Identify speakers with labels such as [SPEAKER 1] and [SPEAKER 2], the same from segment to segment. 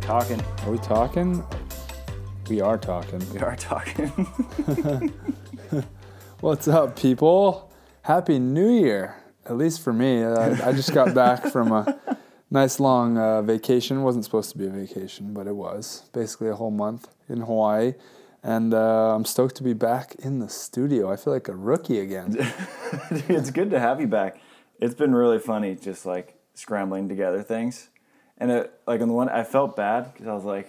[SPEAKER 1] talking.
[SPEAKER 2] Are we talking? We are talking.
[SPEAKER 1] We are talking.
[SPEAKER 2] What's up, people? Happy New Year. At least for me. Uh, I just got back from a nice long uh, vacation. wasn't supposed to be a vacation, but it was. Basically, a whole month in Hawaii. And uh, I'm stoked to be back in the studio. I feel like a rookie again.
[SPEAKER 1] Dude, it's good to have you back. It's been really funny, just like scrambling together things. And it, like on the one, I felt bad because I was like,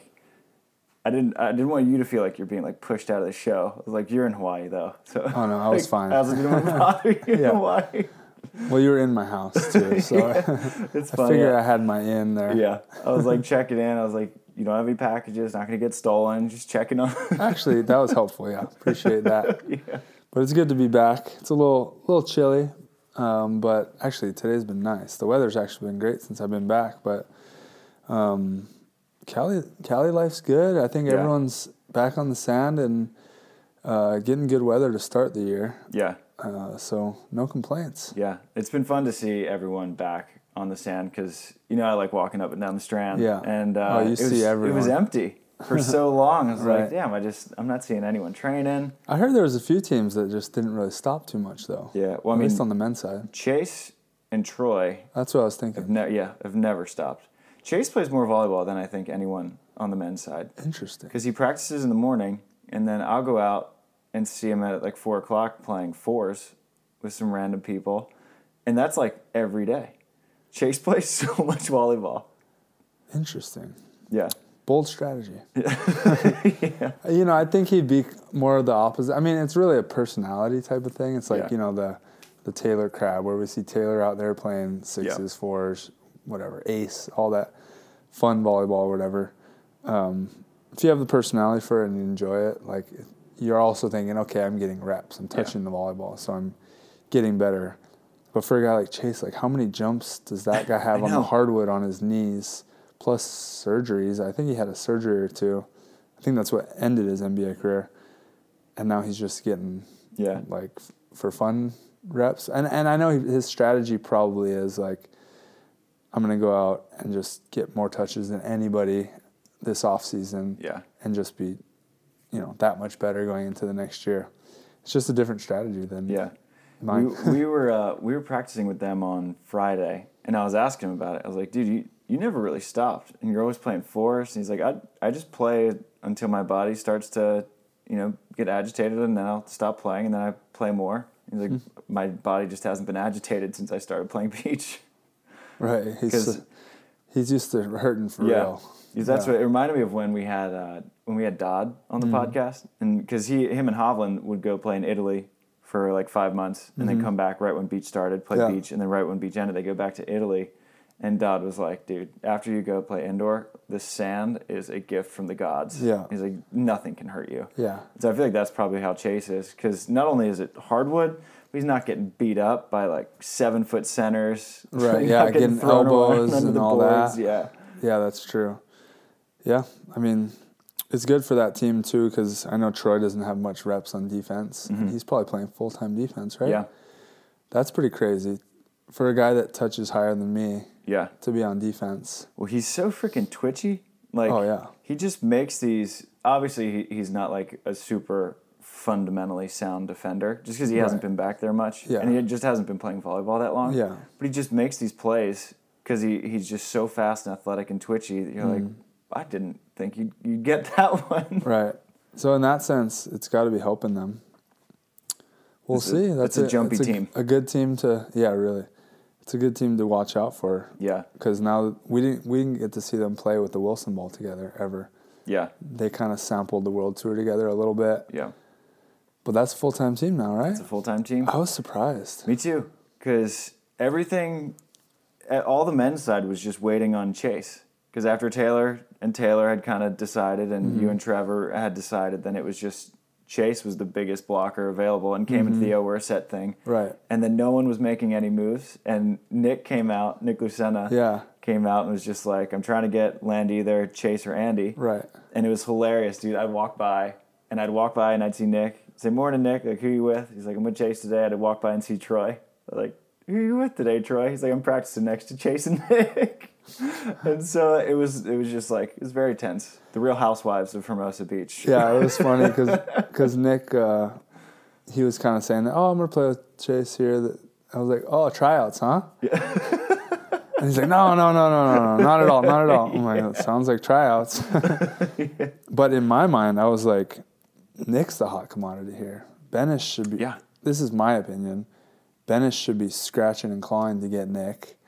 [SPEAKER 1] I didn't, I didn't want you to feel like you're being like pushed out of the show. I was like, you're in Hawaii though, so
[SPEAKER 2] Oh no, I was fine.
[SPEAKER 1] I also didn't want to bother you in
[SPEAKER 2] Yeah.
[SPEAKER 1] Hawaii.
[SPEAKER 2] Well, you were in my house too, so
[SPEAKER 1] It's
[SPEAKER 2] I
[SPEAKER 1] funny.
[SPEAKER 2] figured
[SPEAKER 1] Yeah.
[SPEAKER 2] I had my in there.
[SPEAKER 1] I was like checking in. I was like, you don't have any packages, not gonna get stolen. Just checking on.
[SPEAKER 2] Actually, that was helpful. Yeah, appreciate that. But it's good to be back. It's a little little chilly, um, but actually today's been nice. The weather's actually been great since I've been back. But um, Cali Cali life's good. I think
[SPEAKER 1] Yeah.
[SPEAKER 2] everyone's back on the sand and uh, getting good weather to start the year.
[SPEAKER 1] yeah.
[SPEAKER 2] Uh, so no complaints.
[SPEAKER 1] Yeah, it's been fun to see everyone back on the sand because you know I like walking up and down the strand.
[SPEAKER 2] Yeah.
[SPEAKER 1] and uh,
[SPEAKER 2] Oh, you
[SPEAKER 1] it
[SPEAKER 2] see
[SPEAKER 1] was, It was
[SPEAKER 2] everyone.
[SPEAKER 1] empty for so long. I was like,
[SPEAKER 2] Right.
[SPEAKER 1] damn, I just I'm not seeing anyone training.
[SPEAKER 2] I heard there was a few teams that just didn't really stop too much though.
[SPEAKER 1] Yeah, well, I
[SPEAKER 2] At
[SPEAKER 1] mean
[SPEAKER 2] least on the men's side.
[SPEAKER 1] Chase and Troy,
[SPEAKER 2] That's what I was thinking.
[SPEAKER 1] ne- yeah, have never stopped. Chase plays more volleyball than I think anyone on the men's side
[SPEAKER 2] Interesting.
[SPEAKER 1] because he practices in the morning, and then I'll go out and see him at like four o'clock playing fours with some random people, and that's like every day. Chase plays so much volleyball.
[SPEAKER 2] Interesting.
[SPEAKER 1] Yeah.
[SPEAKER 2] Bold strategy. You know, I think he'd be more of the opposite. I mean, it's really a personality type of thing. It's like,
[SPEAKER 1] Yeah.
[SPEAKER 2] you know, the the Taylor crab where we see Taylor out there playing sixes, fours, whatever, ace, all that fun volleyball, whatever. Um, if you have the personality for it and you enjoy it, like you're also thinking, okay, I'm getting reps, I'm touching the volleyball, so I'm getting better. But for a guy like Chase, like how many jumps does that guy have on
[SPEAKER 1] know.
[SPEAKER 2] the hardwood on his knees, plus surgeries? I think he had a surgery or two. I think that's what ended his NBA career, and now he's just getting
[SPEAKER 1] Yeah.
[SPEAKER 2] like f- for fun reps. And and I know he- his strategy probably is like, I'm gonna go out and just get more touches than anybody this off season,
[SPEAKER 1] Yeah.
[SPEAKER 2] and just be, you know, that much better going into the next year. It's just a different strategy than
[SPEAKER 1] Yeah. We,
[SPEAKER 2] mine.
[SPEAKER 1] we were uh, we were practicing with them on Friday, and I was asking him about it. I was like, "Dude, you, you never really stopped, and you're always playing fours." And he's like, "I I just play until my body starts to, you know, get agitated, and then I'll stop playing, and then I play more." He's like, "My body just hasn't been agitated since I started playing beach."
[SPEAKER 2] Right. He's
[SPEAKER 1] 'Cause-
[SPEAKER 2] he's used to hurting for real.
[SPEAKER 1] Yeah, that's
[SPEAKER 2] Yeah. Mm-hmm.
[SPEAKER 1] what it reminded me of when we had uh, when we had Dodd on the podcast, and because he him and Hovland would go play in Italy for like five months, and then come back right when beach started, play
[SPEAKER 2] Mm-hmm. Yeah.
[SPEAKER 1] beach, and then right when beach ended, they go back to Italy. And Dodd was like, "Dude, after you go play indoor, the sand is a gift from the gods."
[SPEAKER 2] Yeah.
[SPEAKER 1] he's like, "Nothing can hurt you."
[SPEAKER 2] Yeah.
[SPEAKER 1] So I feel like that's probably how Chase is, because not only is it hardwood, but he's not getting beat up by like seven foot centers,
[SPEAKER 2] Right,
[SPEAKER 1] He's
[SPEAKER 2] yeah,
[SPEAKER 1] not
[SPEAKER 2] getting
[SPEAKER 1] thrown around
[SPEAKER 2] elbows
[SPEAKER 1] under
[SPEAKER 2] and
[SPEAKER 1] the
[SPEAKER 2] all that.
[SPEAKER 1] boards, Yeah,
[SPEAKER 2] Yeah, that's true. Yeah, I mean, it's good for that team too because I know Troy doesn't have much reps on defense. and He's probably playing full time defense, right?
[SPEAKER 1] Mm-hmm. yeah,
[SPEAKER 2] That's pretty crazy for a guy that touches higher than me
[SPEAKER 1] yeah.
[SPEAKER 2] to be on defense.
[SPEAKER 1] Well, he's so freaking twitchy. Like,
[SPEAKER 2] Oh, yeah.
[SPEAKER 1] he just makes these. Obviously, he, he's not like a super fundamentally sound defender, just because he hasn't
[SPEAKER 2] Right.
[SPEAKER 1] been back there much,
[SPEAKER 2] Yeah.
[SPEAKER 1] and he just hasn't been playing volleyball that long.
[SPEAKER 2] Yeah.
[SPEAKER 1] but he just makes these plays because he, he's just so fast and athletic and twitchy. That you're
[SPEAKER 2] Mm.
[SPEAKER 1] like, I didn't think you'd, you'd get that one.
[SPEAKER 2] Right. So in that sense, it's got to be helping them. We'll
[SPEAKER 1] It's a-
[SPEAKER 2] see.
[SPEAKER 1] it's
[SPEAKER 2] That's
[SPEAKER 1] a jumpy team.
[SPEAKER 2] A good team to yeah, really. It's a good team to watch out for.
[SPEAKER 1] Yeah,
[SPEAKER 2] because now we didn't we didn't get to see them play with the Wilson ball together ever.
[SPEAKER 1] yeah,
[SPEAKER 2] They kind of sampled the world tour together a little bit,
[SPEAKER 1] yeah.
[SPEAKER 2] but that's a full time team now, right?
[SPEAKER 1] It's a full time team.
[SPEAKER 2] I was surprised.
[SPEAKER 1] Me too, because everything, eh, all the men's side was just waiting on Chase. Because after Taylor and Taylor had kind of decided, and
[SPEAKER 2] Mm-hmm.
[SPEAKER 1] you and Trevor had decided, then it was just Chase was the biggest blocker available, and came and Theo were a set thing,
[SPEAKER 2] Mm-hmm. Right.
[SPEAKER 1] And then no one was making any moves, and Nick came out, Nick Lucena,
[SPEAKER 2] Yeah.
[SPEAKER 1] came out and was just like, "I'm trying to get land either Chase or Andy,"
[SPEAKER 2] Right.
[SPEAKER 1] and it was hilarious, dude. I'd walk by and I'd walk by and I'd see Nick. Say, morning, Nick. Like, who you with? He's like, I'm with Chase today. I'd walk by and see Troy. I'd like, who you with today, Troy? He's like, I'm practicing next to Chase and Nick. and so it was it was just like it was very tense. The Real Housewives of Hermosa Beach.
[SPEAKER 2] Yeah, it was funny because Nick uh, he was kind of saying that oh I'm gonna play with Chase here. That I was like oh tryouts huh? Yeah. and he's like no no no no no no not at all not at all. I'm like that sounds like tryouts. But in my mind I was like Nick's the hot commodity here. Benish should be.
[SPEAKER 1] Yeah.
[SPEAKER 2] This is my opinion. Benish should be scratching and clawing to get Nick,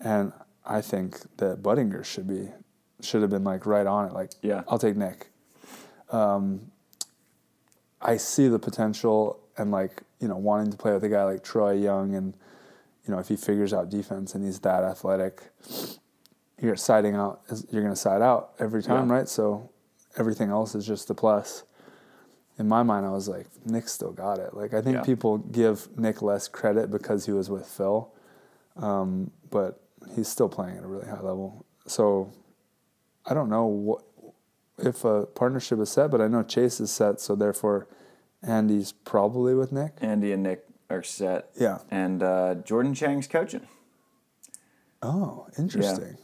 [SPEAKER 2] and I think that Budinger should be should have been like right on it. Like,
[SPEAKER 1] Yeah.
[SPEAKER 2] I'll take Nick. Um, I see the potential and like you know wanting to play with a guy like Troy Young and you know if he figures out defense and he's that athletic, you're siding out. You're going to side out every time,
[SPEAKER 1] Yeah.
[SPEAKER 2] right? So everything else is just a plus. In my mind, I was like, Nick still got it. Like I think
[SPEAKER 1] Yeah.
[SPEAKER 2] people give Nick less credit because he was with Phil but he's still playing at a really high level. So I don't know what if a partnership is set, but I know Chase is set, so therefore Andy's probably with Nick.
[SPEAKER 1] Andy and Nick are set.
[SPEAKER 2] Yeah.
[SPEAKER 1] And uh, Jordan Chang's coaching.
[SPEAKER 2] Oh, interesting.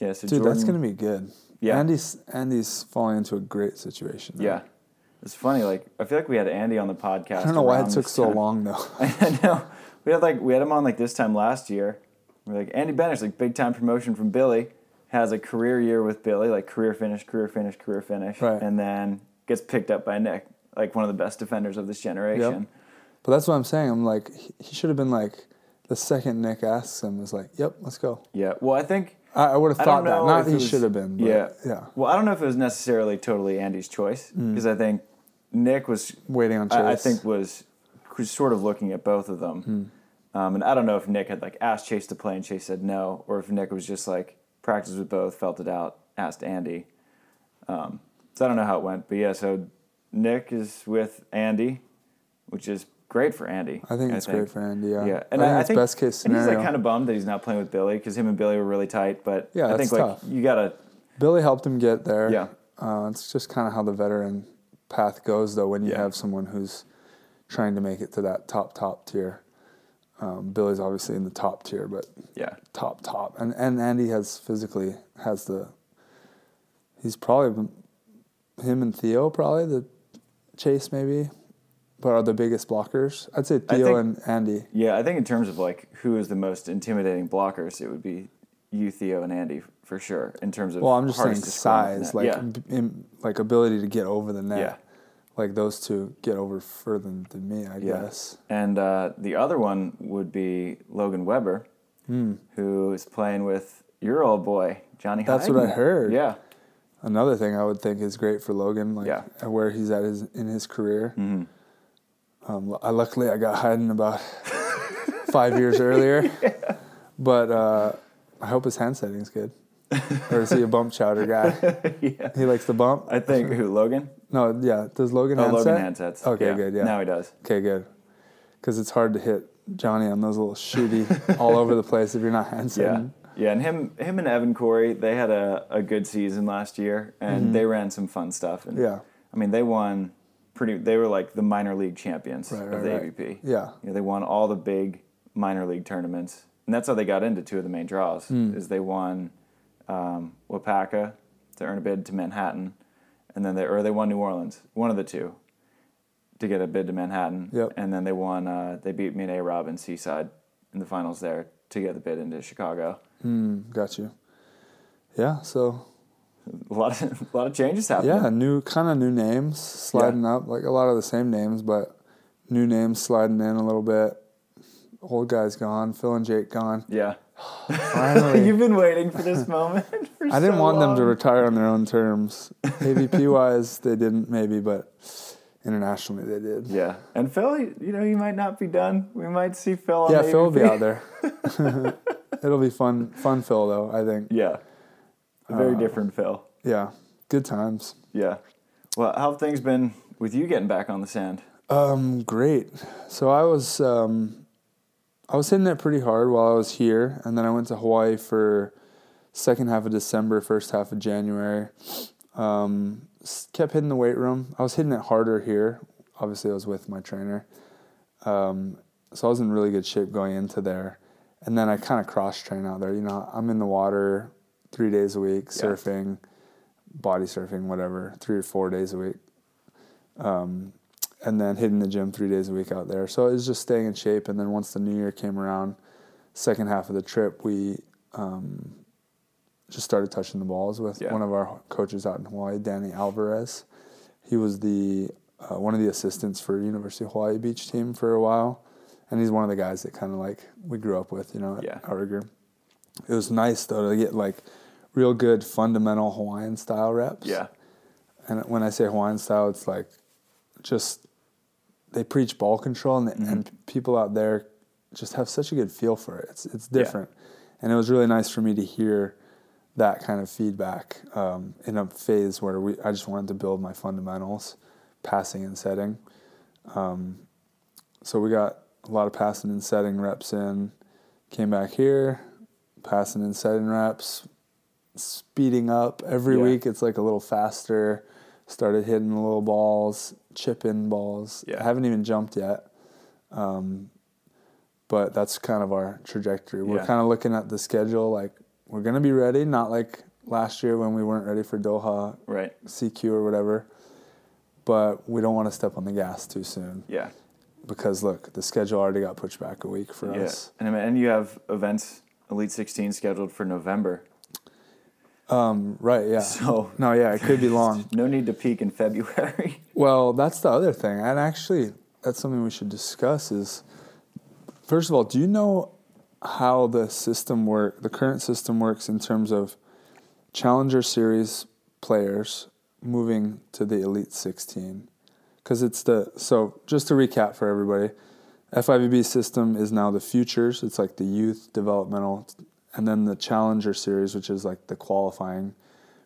[SPEAKER 1] Yeah, so
[SPEAKER 2] Dude,
[SPEAKER 1] Jordan,
[SPEAKER 2] that's gonna be good.
[SPEAKER 1] Yeah.
[SPEAKER 2] Andy's Andy's falling into a great situation. though.
[SPEAKER 1] Yeah. It's funny, like I feel like we had Andy on the podcast.
[SPEAKER 2] I don't know why
[SPEAKER 1] around
[SPEAKER 2] it took
[SPEAKER 1] this
[SPEAKER 2] so
[SPEAKER 1] time.
[SPEAKER 2] long though.
[SPEAKER 1] I know. We had like we had him on like this time last year. We're like Andy Bennett's like big time promotion from Billy, has a career year with Billy, like career finish, career finish, career finish,
[SPEAKER 2] Right.
[SPEAKER 1] and then gets picked up by Nick, like one of the best defenders of this generation.
[SPEAKER 2] but that's what I'm saying. I'm like he, he should have been like the second Nick asks him is like, Yep, let's go.
[SPEAKER 1] Yeah. Well, I think
[SPEAKER 2] I, I would have
[SPEAKER 1] I don't
[SPEAKER 2] thought that.
[SPEAKER 1] know
[SPEAKER 2] Not
[SPEAKER 1] if it
[SPEAKER 2] he
[SPEAKER 1] was-
[SPEAKER 2] should have been, but
[SPEAKER 1] yeah.
[SPEAKER 2] yeah. yeah.
[SPEAKER 1] Well, I don't know if it was necessarily totally Andy's choice
[SPEAKER 2] Mm.
[SPEAKER 1] because I think Nick was
[SPEAKER 2] Waiting on Chase.
[SPEAKER 1] I, I think was was sort of looking at both of them.
[SPEAKER 2] Hmm.
[SPEAKER 1] Um, and I don't know if Nick had like asked Chase to play and Chase said no, or if Nick was just like practiced with both, felt it out, asked Andy. Um, so I don't know how it went, but yeah. So Nick is with Andy, which is great for Andy.
[SPEAKER 2] I think it's great for Andy. Yeah,
[SPEAKER 1] Yeah,
[SPEAKER 2] and I, think it's best case scenario.
[SPEAKER 1] And he's like kind of bummed that he's not playing with Billy because him and Billy were really tight. But
[SPEAKER 2] Yeah,
[SPEAKER 1] I think
[SPEAKER 2] that's
[SPEAKER 1] like
[SPEAKER 2] tough.
[SPEAKER 1] you gotta
[SPEAKER 2] Billy helped him get there.
[SPEAKER 1] Yeah.
[SPEAKER 2] uh, it's just kind of how the veteran path goes, though. When you
[SPEAKER 1] Yeah.
[SPEAKER 2] have someone who's trying to make it to that top top tier, um, Billy's obviously in the top tier, but
[SPEAKER 1] yeah
[SPEAKER 2] top top, and and Andy has physically has the. He's probably him and Theo probably the chase maybe, but are the biggest blockers. I'd say
[SPEAKER 1] I
[SPEAKER 2] Theo
[SPEAKER 1] think-
[SPEAKER 2] and Andy.
[SPEAKER 1] Yeah, I think in terms of like who is the most intimidating blockers, it would be you, Theo, and Andy f- for sure. In terms of
[SPEAKER 2] Well, I'm just saying
[SPEAKER 1] hardest to score on
[SPEAKER 2] size,
[SPEAKER 1] the
[SPEAKER 2] like
[SPEAKER 1] net.
[SPEAKER 2] b- in, like ability to get over the net.
[SPEAKER 1] Yeah.
[SPEAKER 2] Like those two get over further than, than me, I
[SPEAKER 1] yeah,
[SPEAKER 2] guess.
[SPEAKER 1] yeah. And uh, the other one would be Logan Weber,
[SPEAKER 2] Hmm.
[SPEAKER 1] who is playing with your old boy Johnny.
[SPEAKER 2] That's what I
[SPEAKER 1] Hyden.
[SPEAKER 2] heard.
[SPEAKER 1] Yeah,
[SPEAKER 2] Another thing I would think is great for Logan, like
[SPEAKER 1] Yeah. Mm-hmm.
[SPEAKER 2] uh, where he's at his in his career. Um, lu- I, luckily, I got Hayden about five years earlier, but uh, I hope his hand setting's good. or is he a bump chowder guy?
[SPEAKER 1] Yeah.
[SPEAKER 2] He likes the bump.
[SPEAKER 1] I think who Logan?
[SPEAKER 2] no, yeah. Does Logan?
[SPEAKER 1] Oh,
[SPEAKER 2] hand
[SPEAKER 1] Logan
[SPEAKER 2] set?
[SPEAKER 1] handsets.
[SPEAKER 2] Okay, good. Yeah.
[SPEAKER 1] now he does.
[SPEAKER 2] Okay, good. Because it's hard to hit Johnny on those little shooty all over the place if you're not hand
[SPEAKER 1] Yeah.
[SPEAKER 2] setting.
[SPEAKER 1] Yeah, and him, him and Evan Corey, they had a, a good season last year, and they ran some fun stuff. And
[SPEAKER 2] Mm-hmm. Yeah.
[SPEAKER 1] I mean, they won pretty. They were like the minor league champions
[SPEAKER 2] Right,
[SPEAKER 1] of
[SPEAKER 2] right,
[SPEAKER 1] the
[SPEAKER 2] right.
[SPEAKER 1] AVP.
[SPEAKER 2] Yeah.
[SPEAKER 1] You know, they won all the big minor league tournaments, and that's how they got into two of the main draws.
[SPEAKER 2] Hmm.
[SPEAKER 1] Is they won um, Wapaka to earn a bid to Manhattan, and then they or they won New Orleans, one of the two, to get a bid to Manhattan.
[SPEAKER 2] Yep.
[SPEAKER 1] And then they won. Uh, they beat me and A Rob in Seaside in the finals there to get the bid into Chicago.
[SPEAKER 2] Mm, got you. Yeah, so
[SPEAKER 1] A lot of a lot of changes happening.
[SPEAKER 2] yeah, new kind of new names sliding up, like a lot of the same names, but new names sliding in a little bit. Old guys gone, Phil and Jake gone.
[SPEAKER 1] Yeah.
[SPEAKER 2] Finally,
[SPEAKER 1] You've been waiting for this moment. For
[SPEAKER 2] Oh, I didn't
[SPEAKER 1] so
[SPEAKER 2] want them to
[SPEAKER 1] long.
[SPEAKER 2] retire on their own terms. AVP wise, they didn't maybe, but internationally they did.
[SPEAKER 1] Yeah, and Phil, he- you know, he might not be done. We might see Phil. On
[SPEAKER 2] Yeah,
[SPEAKER 1] the
[SPEAKER 2] Phil will be
[SPEAKER 1] AVP.
[SPEAKER 2] out there. It'll be fun, fun Phil though. I think.
[SPEAKER 1] Yeah, a
[SPEAKER 2] Uh,
[SPEAKER 1] very different Phil.
[SPEAKER 2] Yeah, good times.
[SPEAKER 1] Yeah. Well, how have things been with you getting back on the sand?
[SPEAKER 2] Um, great. So I was um, I was hitting it pretty hard while I was here, and then I went to Hawaii for second half of December, first half of January. Um, s- kept hitting the weight room. I was hitting it harder here. Obviously, I was with my trainer, um, so I was in really good shape going into there. and then I kind of cross train out there. You know, I'm in the water three days a week,
[SPEAKER 1] Yeah.
[SPEAKER 2] surfing, body surfing, whatever, three or four days a week. Um, and then hitting the gym three days a week out there. So it was just staying in shape. And then once the new year came around, second half of the trip, we um, just started touching the balls with
[SPEAKER 1] Yeah.
[SPEAKER 2] one of our coaches out in Hawaii, Danny Alvarez. He was the uh, one of the assistants for University of Hawaii beach team for a while, and he's one of the guys that kind of like we grew up with, you know, at
[SPEAKER 1] Yeah.
[SPEAKER 2] our group. It was nice though to get like real good fundamental Hawaiian style reps.
[SPEAKER 1] Yeah.
[SPEAKER 2] And when I say Hawaiian style, it's like just they preach ball control, and, and people out there just have such a good feel for it. It's it's different, and it was really nice for me to hear that kind of feedback um, in a phase where we I just wanted to build my fundamentals, passing and setting. Um, so we got a lot of passing and setting reps in. Came back here, passing and setting reps, speeding up every
[SPEAKER 1] Yeah.
[SPEAKER 2] week. It's like a little faster. Started hitting the little balls, chip in balls.
[SPEAKER 1] Yeah.
[SPEAKER 2] I haven't even jumped yet. Um, but that's kind of our trajectory. We're
[SPEAKER 1] Yeah.
[SPEAKER 2] kind of looking at the schedule like we're going to be ready, not like last year when we weren't ready for Doha
[SPEAKER 1] Right.
[SPEAKER 2] CQ or whatever. But we don't want to step on the gas too soon
[SPEAKER 1] Yeah.
[SPEAKER 2] because look, the schedule already got pushed back a week for
[SPEAKER 1] Yeah.
[SPEAKER 2] us.
[SPEAKER 1] And I mean, and you have events Elite 16 scheduled for November.
[SPEAKER 2] Um, right, yeah.
[SPEAKER 1] So
[SPEAKER 2] no, yeah, it could be long.
[SPEAKER 1] no need to peak in February.
[SPEAKER 2] Well, that's the other thing, and actually, that's something we should discuss. Is first of all, do you know how the system work? The current system works in terms of Challenger Series players moving to the Elite 16, because it's the so. Just to recap for everybody, FIVB system is now the futures. It's like the youth developmental, and then the Challenger Series, which is like the qualifying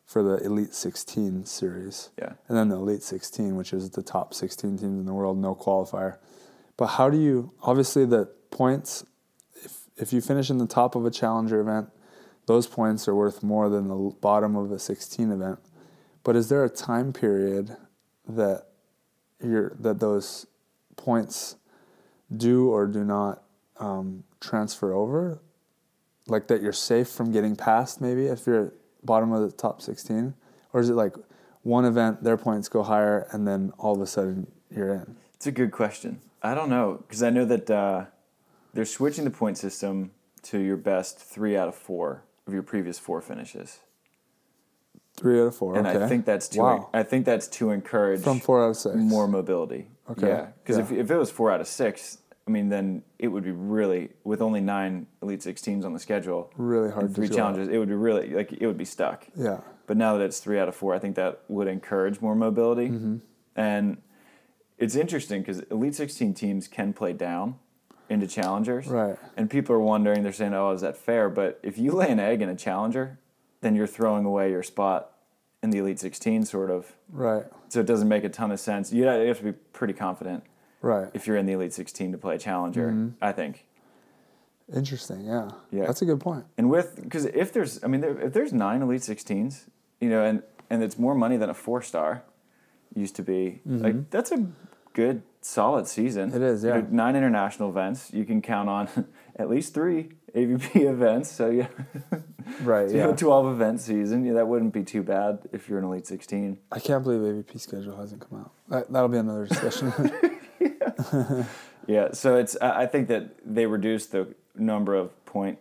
[SPEAKER 2] for the Elite 16 series
[SPEAKER 1] yeah.
[SPEAKER 2] and then the Elite 16, which is the top 16 teams in the world, no qualifier. But how do you? Obviously, the points. If if you finish in the top of a challenger event, those points are worth more than the l- bottom of a 16 event. But is there a time period that your that those points do or do not um, transfer over? Like that you're safe from getting past maybe if you're bottom of the top 16, or is it like one event their points go higher and then all of a sudden you're in?
[SPEAKER 1] It's a good question. I don't know because I know that uh, they're switching the point system to your best three out of four of your previous four finishes,
[SPEAKER 2] Three out of four.
[SPEAKER 1] and
[SPEAKER 2] okay.
[SPEAKER 1] I think that's to
[SPEAKER 2] wow.
[SPEAKER 1] I think that's to encourage
[SPEAKER 2] from four out of six.
[SPEAKER 1] more mobility.
[SPEAKER 2] Okay,
[SPEAKER 1] Yeah, because if,
[SPEAKER 2] yeah.
[SPEAKER 1] if it was four out of six, I mean, then it would be really with only nine elite six teams on the schedule,
[SPEAKER 2] really hard
[SPEAKER 1] and
[SPEAKER 2] to
[SPEAKER 1] three
[SPEAKER 2] draw.
[SPEAKER 1] challenges, it would be really like it would be stuck.
[SPEAKER 2] Yeah,
[SPEAKER 1] But now that it's three out of four, I think that would encourage more mobility. And it's interesting because Elite 16 teams can play down into challengers.
[SPEAKER 2] right.
[SPEAKER 1] And people are wondering, they're saying, oh, is that fair? But if you lay an egg in a challenger, then you're throwing away your spot in the Elite 16, sort of.
[SPEAKER 2] Right,
[SPEAKER 1] So it doesn't make a ton of sense. You you have to be pretty confident
[SPEAKER 2] right.
[SPEAKER 1] if you're in the Elite 16 to play challenger, I think.
[SPEAKER 2] Interesting. Yeah.
[SPEAKER 1] Yeah.
[SPEAKER 2] That's a good point.
[SPEAKER 1] And with because if there's, I mean, there, if there's nine Elite 16s, you know, and and it's more money than a four star used to be. Like that's a good solid season.
[SPEAKER 2] Mm-hmm. It is,
[SPEAKER 1] You know,
[SPEAKER 2] yeah.
[SPEAKER 1] nine international events. You can count on at least three AVP events. So yeah,
[SPEAKER 2] Right.
[SPEAKER 1] you know, twelve event season. Yeah, that wouldn't be too bad if you're an Elite 16.
[SPEAKER 2] I can't believe AVP schedule hasn't come out. That, that'll be another discussion.
[SPEAKER 1] Yeah. So it's I I think that they reduced the number of point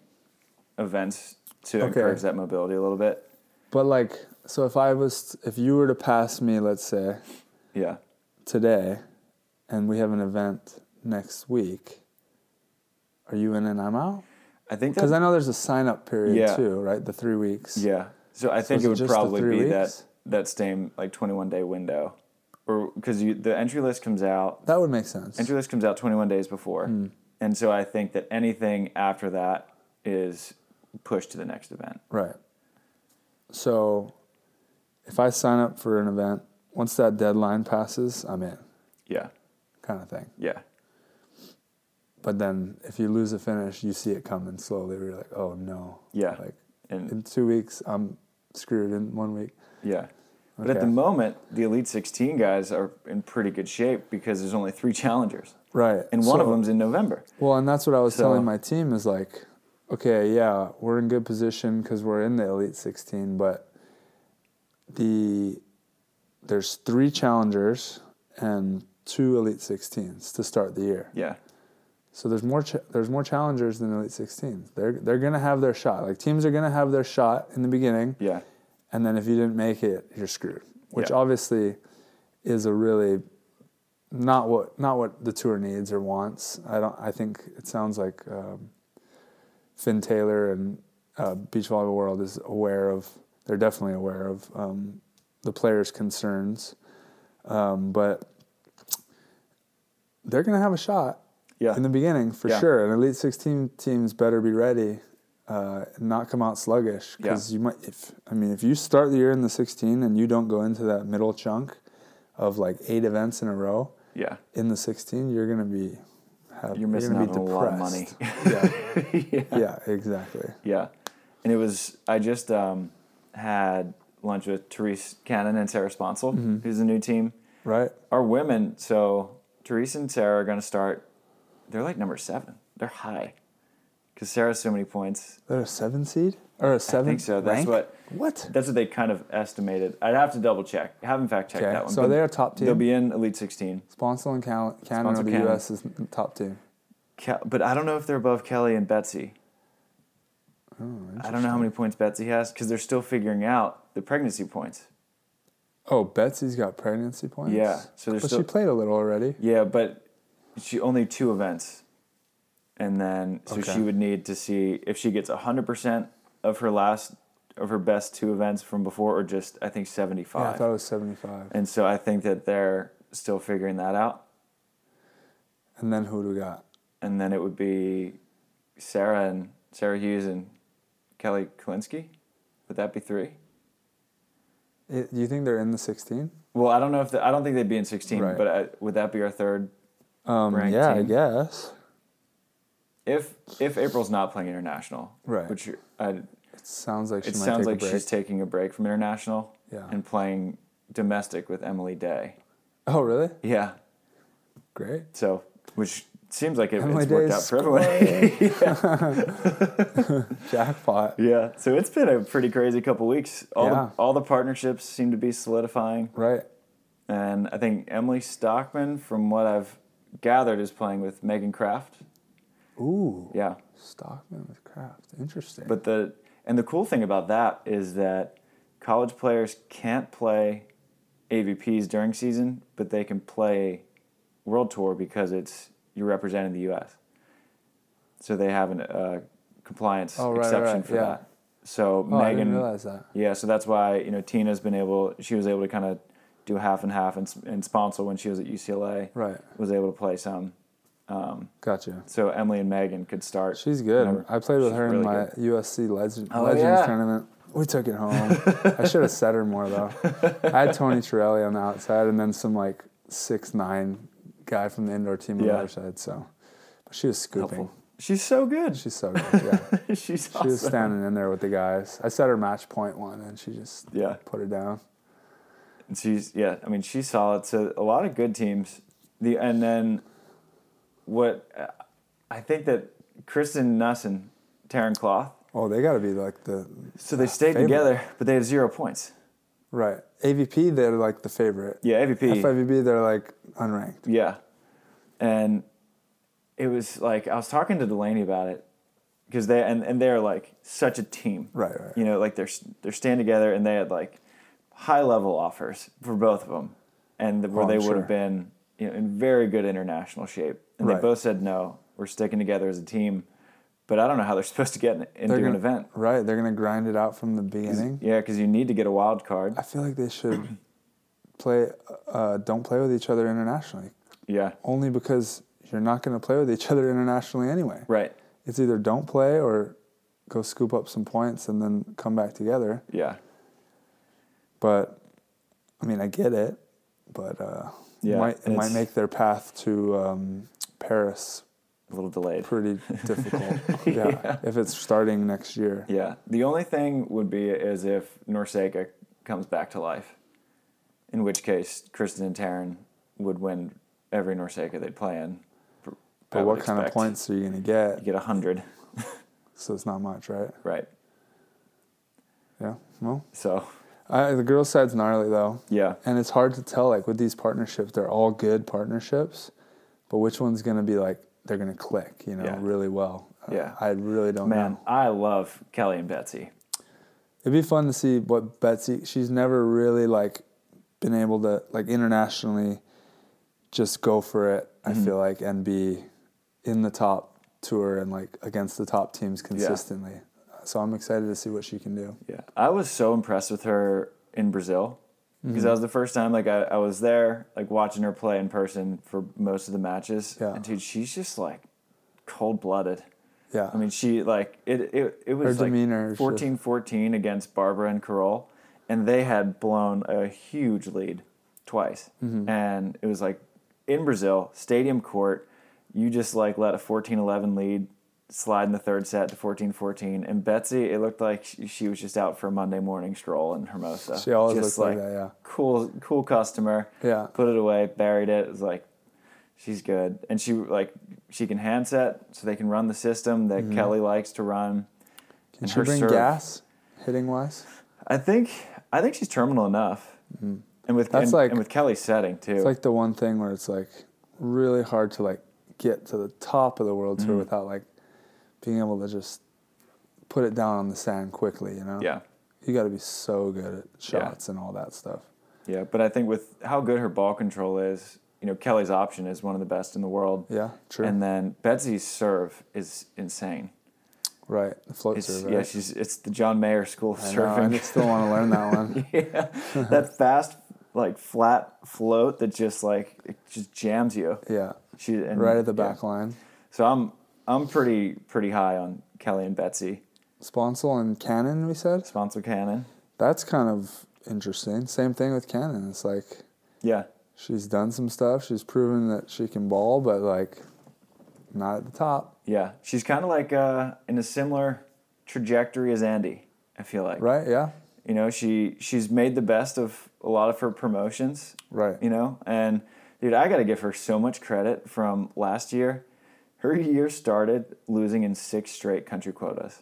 [SPEAKER 1] events to
[SPEAKER 2] Okay.
[SPEAKER 1] encourage that mobility a little bit.
[SPEAKER 2] but like, so if I was, if you were to pass me, let's say
[SPEAKER 1] Yeah.
[SPEAKER 2] today, and we have an event next week, are you in and I'm out?
[SPEAKER 1] I think
[SPEAKER 2] Because
[SPEAKER 1] that
[SPEAKER 2] I know there's a sign up period
[SPEAKER 1] Yeah.
[SPEAKER 2] too, right? The three weeks.
[SPEAKER 1] Yeah. So I think
[SPEAKER 2] is
[SPEAKER 1] it
[SPEAKER 2] it
[SPEAKER 1] would
[SPEAKER 2] just the
[SPEAKER 1] probably be
[SPEAKER 2] three
[SPEAKER 1] that
[SPEAKER 2] weeks?
[SPEAKER 1] that same like 21 day window, or because you the entry list comes out
[SPEAKER 2] That would make sense.
[SPEAKER 1] entry list comes out 21 days before,
[SPEAKER 2] Hmm.
[SPEAKER 1] and so I think that anything after that is pushed to the next event.
[SPEAKER 2] Right. So if I sign up for an event, once that deadline passes, I'm in,
[SPEAKER 1] Yeah.
[SPEAKER 2] kind of thing.
[SPEAKER 1] Yeah.
[SPEAKER 2] But then if you lose a finish, you see it coming slowly. You're like, oh no.
[SPEAKER 1] Yeah.
[SPEAKER 2] Like
[SPEAKER 1] And
[SPEAKER 2] in two weeks, I'm screwed in one week.
[SPEAKER 1] yeah. But at
[SPEAKER 2] Okay.
[SPEAKER 1] the moment, the Elite 16 guys are in pretty good shape because there's only three challengers,
[SPEAKER 2] Right.
[SPEAKER 1] and one of
[SPEAKER 2] So-
[SPEAKER 1] them's in November.
[SPEAKER 2] Well, and that's what I was
[SPEAKER 1] So-
[SPEAKER 2] telling my team is like, okay, yeah, we're in good position because we're in the Elite 16, but the there's three challengers and two Elite 16s to start the year.
[SPEAKER 1] Yeah.
[SPEAKER 2] So there's more cha- there's more challengers than Elite 16s. They're they're gonna have their shot. Like teams are gonna have their shot in the beginning,
[SPEAKER 1] Yeah.
[SPEAKER 2] and then if you didn't make it, you're screwed. Which
[SPEAKER 1] Yeah.
[SPEAKER 2] obviously is a really not what not what the tour needs or wants. I don't. I think it sounds like um, Finn Taylor and uh, Beach Volleyball World is aware of. They're definitely aware of um, the players' concerns, um, but they're gonna have a shot
[SPEAKER 1] Yeah.
[SPEAKER 2] in the beginning for
[SPEAKER 1] Yeah.
[SPEAKER 2] sure. And Elite 16 teams better be ready, uh, and not come out sluggish because you might. If I mean, if you start the year in the 16 and you don't go into that middle chunk of like eight events in a row
[SPEAKER 1] yeah.
[SPEAKER 2] in the 16, you're gonna be have,
[SPEAKER 1] You're missing
[SPEAKER 2] gonna
[SPEAKER 1] out on a lot of money.
[SPEAKER 2] yeah. yeah, exactly.
[SPEAKER 1] Yeah. And it was, I just um, had lunch with Therese Cannon and Sarah Sponsel,
[SPEAKER 2] Mm-hmm.
[SPEAKER 1] who's the new team.
[SPEAKER 2] Right.
[SPEAKER 1] Our women, so Therese and Sarah are going to start, they're like number seven. They're high because Sarah has so many points.
[SPEAKER 2] They're a seven seed or a seven.
[SPEAKER 1] so. That's
[SPEAKER 2] rank?
[SPEAKER 1] what-
[SPEAKER 2] What?
[SPEAKER 1] That's what they kind of estimated. I'd have to double check. I haven't fact checked
[SPEAKER 2] Okay,
[SPEAKER 1] that one.
[SPEAKER 2] so
[SPEAKER 1] but
[SPEAKER 2] they're a top team?
[SPEAKER 1] They'll be in Elite 16.
[SPEAKER 2] Sponsor and Cal- Cannon
[SPEAKER 1] Sponsor
[SPEAKER 2] of the
[SPEAKER 1] Cannon.
[SPEAKER 2] U.S. is n- top team.
[SPEAKER 1] Ke- But I don't know if they're above Kelly and Betsy.
[SPEAKER 2] Oh,
[SPEAKER 1] I don't know how many points Betsy has because they're still figuring out the pregnancy points.
[SPEAKER 2] Oh, Betsy's got pregnancy points.
[SPEAKER 1] Yeah, so
[SPEAKER 2] but
[SPEAKER 1] there's still-
[SPEAKER 2] she played a little already.
[SPEAKER 1] Yeah, but she only two events. And then so
[SPEAKER 2] Okay.
[SPEAKER 1] she would need to see if she gets 100% of her last of her best two events from before or just I think 75.
[SPEAKER 2] Yeah, Oh, I thought it was 75.
[SPEAKER 1] and so I think that they're still figuring that out.
[SPEAKER 2] And then who do we got?
[SPEAKER 1] And then it would be Sarah and Sarah Hughes and Kelly Kalinske. Would that be 3?
[SPEAKER 2] It, do you think they're in the 16?
[SPEAKER 1] Well, I don't know if the, I don't think they'd be in 16,
[SPEAKER 2] Right.
[SPEAKER 1] but I, would that be our third
[SPEAKER 2] Um,
[SPEAKER 1] Ranked
[SPEAKER 2] yeah, I
[SPEAKER 1] team.
[SPEAKER 2] guess.
[SPEAKER 1] if if April's not playing international,
[SPEAKER 2] Right.
[SPEAKER 1] Which uh, I,
[SPEAKER 2] It sounds like she
[SPEAKER 1] it
[SPEAKER 2] might
[SPEAKER 1] sounds
[SPEAKER 2] take
[SPEAKER 1] like
[SPEAKER 2] a break.
[SPEAKER 1] she's taking a break from international
[SPEAKER 2] Yeah.
[SPEAKER 1] and playing domestic with Emily Day.
[SPEAKER 2] Oh, really?
[SPEAKER 1] Yeah.
[SPEAKER 2] Great.
[SPEAKER 1] So, which seems like it,
[SPEAKER 2] Emily
[SPEAKER 1] it's worked
[SPEAKER 2] Day's
[SPEAKER 1] out for everyone.
[SPEAKER 2] Jackpot.
[SPEAKER 1] yeah. So it's been a pretty crazy couple weeks. All,
[SPEAKER 2] Yeah.
[SPEAKER 1] the, all the partnerships seem to be solidifying.
[SPEAKER 2] Right.
[SPEAKER 1] And I think Emily Stockman, from what I've gathered, is playing with Megan Kraft.
[SPEAKER 2] Ooh.
[SPEAKER 1] Yeah.
[SPEAKER 2] Stockman with Kraft. Interesting.
[SPEAKER 1] But the and the cool thing about that is that college players can't play AVPs during season, but they can play World Tour because it's you're representing the U.S. So they have an uh, compliance
[SPEAKER 2] Oh, right,
[SPEAKER 1] exception
[SPEAKER 2] right,
[SPEAKER 1] for
[SPEAKER 2] yeah.
[SPEAKER 1] that. So
[SPEAKER 2] oh, I didn't
[SPEAKER 1] Megan,
[SPEAKER 2] realize that.
[SPEAKER 1] yeah, so that's why you know Tina's been able. She was able to kind of do half and half, and, and sponsor when she was at UCLA
[SPEAKER 2] Right.
[SPEAKER 1] was able to play some.
[SPEAKER 2] Gotcha.
[SPEAKER 1] So Emily and Megan could start.
[SPEAKER 2] She's good.
[SPEAKER 1] whenever.
[SPEAKER 2] I played with
[SPEAKER 1] She's
[SPEAKER 2] her in
[SPEAKER 1] really
[SPEAKER 2] my
[SPEAKER 1] good.
[SPEAKER 2] USC Legend,
[SPEAKER 1] Oh,
[SPEAKER 2] Legends
[SPEAKER 1] yeah.
[SPEAKER 2] tournament. We took it home. I should have set her more though. I had Tony Torelli on the outside, and then some like six nine guy from the indoor team on
[SPEAKER 1] Yeah.
[SPEAKER 2] the other side. So, but she was scooping.
[SPEAKER 1] helpful. She's so good.
[SPEAKER 2] She's so good. Yeah,
[SPEAKER 1] She's
[SPEAKER 2] she
[SPEAKER 1] awesome.
[SPEAKER 2] was standing in there with the guys. I set her match point one, and she just
[SPEAKER 1] Yeah.
[SPEAKER 2] put her down.
[SPEAKER 1] And She's yeah. I mean, she's solid. So a lot of good teams. The and then what uh, I think that Kristen Nussen, Taryn Cloth.
[SPEAKER 2] Oh, they got to be like the
[SPEAKER 1] So they stayed
[SPEAKER 2] favorite.
[SPEAKER 1] together, but they had zero points.
[SPEAKER 2] right AVP. They're like the favorite.
[SPEAKER 1] Yeah, AVP.
[SPEAKER 2] FIVB. They're like unranked.
[SPEAKER 1] Yeah, and it was like I was talking to Delaney about it because they and, and they're like such a team.
[SPEAKER 2] Right, right.
[SPEAKER 1] You know, like they're they're staying together, and they had like high level offers for both of them, and where
[SPEAKER 2] Oh,
[SPEAKER 1] they
[SPEAKER 2] I'm
[SPEAKER 1] would
[SPEAKER 2] sure.
[SPEAKER 1] have been you know in very good international shape, and
[SPEAKER 2] Right.
[SPEAKER 1] they both said no. We're sticking together as a team, but I don't know how they're supposed to get in, into
[SPEAKER 2] They're
[SPEAKER 1] an
[SPEAKER 2] gonna-
[SPEAKER 1] event.
[SPEAKER 2] Right. They're gonna grind it out from the beginning.
[SPEAKER 1] Yeah, because you need to get a wild card.
[SPEAKER 2] I feel like they should play. Uh, don't play with each other internationally,
[SPEAKER 1] Yeah,
[SPEAKER 2] only because you're not going to play with each other internationally anyway.
[SPEAKER 1] right.
[SPEAKER 2] It's either don't play or go scoop up some points and then come back together.
[SPEAKER 1] Yeah,
[SPEAKER 2] But I mean, I get it, but uh,
[SPEAKER 1] Yeah,
[SPEAKER 2] it might it might
[SPEAKER 1] it's-
[SPEAKER 2] make their path to um, Paris
[SPEAKER 1] a little delayed.
[SPEAKER 2] pretty difficult. yeah, if it's starting next year.
[SPEAKER 1] Yeah. The only thing would be is if Norsega comes back to life, in which case Kristen and Taryn would win every Norsega they'd play in.
[SPEAKER 2] but what kind of points are you going to get?
[SPEAKER 1] You get 100.
[SPEAKER 2] so it's not much, right?
[SPEAKER 1] Right.
[SPEAKER 2] Yeah. Well,
[SPEAKER 1] So
[SPEAKER 2] I, the girls' side's gnarly though,
[SPEAKER 1] yeah,
[SPEAKER 2] and it's hard to tell. Like with these partnerships, they're all good partnerships, but which one's gonna be like they're gonna click, you know,
[SPEAKER 1] Yeah.
[SPEAKER 2] really well. Uh,
[SPEAKER 1] Yeah.
[SPEAKER 2] I really don't
[SPEAKER 1] man,
[SPEAKER 2] know.
[SPEAKER 1] I love Kelly and Betsy.
[SPEAKER 2] It'd be fun to see what Betsy. She's never really like been able to like internationally just go for it.
[SPEAKER 1] Mm-hmm.
[SPEAKER 2] I feel like and be in the top tour and like against the top teams consistently. So I'm excited to see what she can do.
[SPEAKER 1] Yeah, I was so impressed with her in Brazil because that was the first time like I, I was there like watching her play in person for most of the matches.
[SPEAKER 2] Yeah.
[SPEAKER 1] And dude, she's just like cold blooded.
[SPEAKER 2] Yeah,
[SPEAKER 1] I mean, she like it. It, it was
[SPEAKER 2] Her
[SPEAKER 1] like
[SPEAKER 2] demeanor, she-
[SPEAKER 1] 14-14 against Barbara and Carol, and they had blown a huge lead twice,
[SPEAKER 2] Mm-hmm.
[SPEAKER 1] and it was like in Brazil, stadium court. You just like let a 14-11 lead slide in the third set to 14-14, and Betsy. It looked like she, she was just out for a Monday morning stroll in Hermosa.
[SPEAKER 2] She always
[SPEAKER 1] just
[SPEAKER 2] looks like that, yeah.
[SPEAKER 1] Cool, cool customer.
[SPEAKER 2] Yeah.
[SPEAKER 1] Put it away, buried it. It was like she's good and she like she can handset so they can run the system
[SPEAKER 2] Mm-hmm.
[SPEAKER 1] that kelly likes to run
[SPEAKER 2] can
[SPEAKER 1] and
[SPEAKER 2] she
[SPEAKER 1] her
[SPEAKER 2] bring
[SPEAKER 1] serve.
[SPEAKER 2] gas hitting wise?
[SPEAKER 1] i think i think she's terminal enough and with
[SPEAKER 2] Mm-hmm. That's
[SPEAKER 1] and,
[SPEAKER 2] like-
[SPEAKER 1] and with kelly's setting too
[SPEAKER 2] It's like the one thing where it's like really hard to like get to the top of the world
[SPEAKER 1] Mm-hmm.
[SPEAKER 2] tour without like being able to just put it down on the sand quickly, you know?
[SPEAKER 1] yeah
[SPEAKER 2] You got to be so good at shots and all that stuff.
[SPEAKER 1] yeah but i think with how good her ball control is you know kelly's option is one of the best in the world
[SPEAKER 2] Yeah, true.
[SPEAKER 1] and then betsy's serve is insane
[SPEAKER 2] right. The float
[SPEAKER 1] it's
[SPEAKER 2] serve.
[SPEAKER 1] yeah
[SPEAKER 2] right?
[SPEAKER 1] she's it's the john mayer school of
[SPEAKER 2] I know, I
[SPEAKER 1] serving
[SPEAKER 2] just still want to learn that one.
[SPEAKER 1] yeah that fast like flat float that just like it just jams you
[SPEAKER 2] Yeah.
[SPEAKER 1] she and,
[SPEAKER 2] Right at the
[SPEAKER 1] yeah.
[SPEAKER 2] back line.
[SPEAKER 1] So I'm I'm pretty pretty high on Kelly and Betsy.
[SPEAKER 2] Sponsel and Cannon, we said.
[SPEAKER 1] Sponsor Cannon.
[SPEAKER 2] That's kind of interesting. Same thing with Cannon. It's like
[SPEAKER 1] Yeah.
[SPEAKER 2] she's done some stuff. She's proven that she can ball, but like not at the top,
[SPEAKER 1] Yeah. She's kind of like uh, in a similar trajectory as Andy, I feel like.
[SPEAKER 2] right? Yeah,
[SPEAKER 1] You know, she she's made the best of a lot of her promotions.
[SPEAKER 2] right.
[SPEAKER 1] You know, and dude, I got to give her so much credit from last year. Her year started losing in six straight country quotas.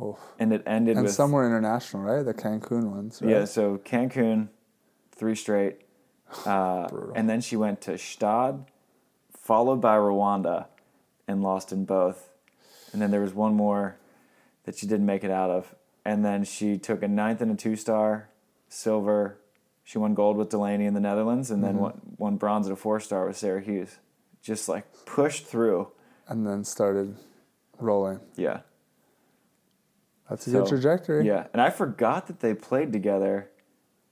[SPEAKER 2] Oh.
[SPEAKER 1] And it ended
[SPEAKER 2] and
[SPEAKER 1] with
[SPEAKER 2] some were international, right? The Cancun ones. Right?
[SPEAKER 1] Yeah, so Cancun, three straight, uh, and then she went to Stad, followed by Rwanda, and lost in both. And then there was one more that she didn't make it out of. And then she took a ninth and a two star, silver. She won gold with Delaney in the Netherlands, and then won, won bronze at a four star with Sarah Hughes. Just like pushed through.
[SPEAKER 2] And then started rolling.
[SPEAKER 1] Yeah.
[SPEAKER 2] That's a good
[SPEAKER 1] So,
[SPEAKER 2] trajectory.
[SPEAKER 1] Yeah, and I forgot that they played together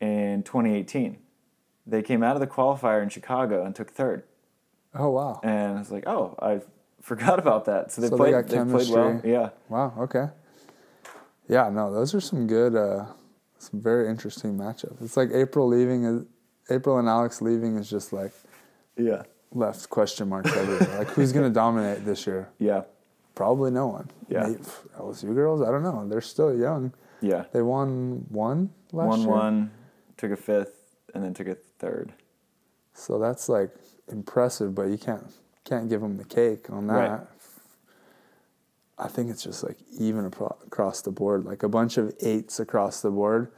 [SPEAKER 1] in 2018. They came out of the qualifier in Chicago and took third,
[SPEAKER 2] Oh wow.
[SPEAKER 1] and I was like, "Oh, I forgot about that." So they
[SPEAKER 2] So
[SPEAKER 1] played.
[SPEAKER 2] they got
[SPEAKER 1] They, played well.
[SPEAKER 2] chemistry.
[SPEAKER 1] Yeah,
[SPEAKER 2] Wow. Okay. Yeah. No, those are some good, uh, some very interesting matchups. It's like April leaving is April and Alex leaving is just like
[SPEAKER 1] yeah,
[SPEAKER 2] left question marks everywhere. like who's gonna dominate this year?
[SPEAKER 1] yeah,
[SPEAKER 2] Probably no one.
[SPEAKER 1] Yeah.
[SPEAKER 2] Maybe- LSU girls, I don't know. They're still young.
[SPEAKER 1] yeah.
[SPEAKER 2] They won one last
[SPEAKER 1] One
[SPEAKER 2] year.
[SPEAKER 1] one, took a fifth, and then took a third.
[SPEAKER 2] So that's like impressive, but you can't can't give them the cake on that.
[SPEAKER 1] Right.
[SPEAKER 2] I think it's just like even apro- across the board, like a bunch of eights across the board,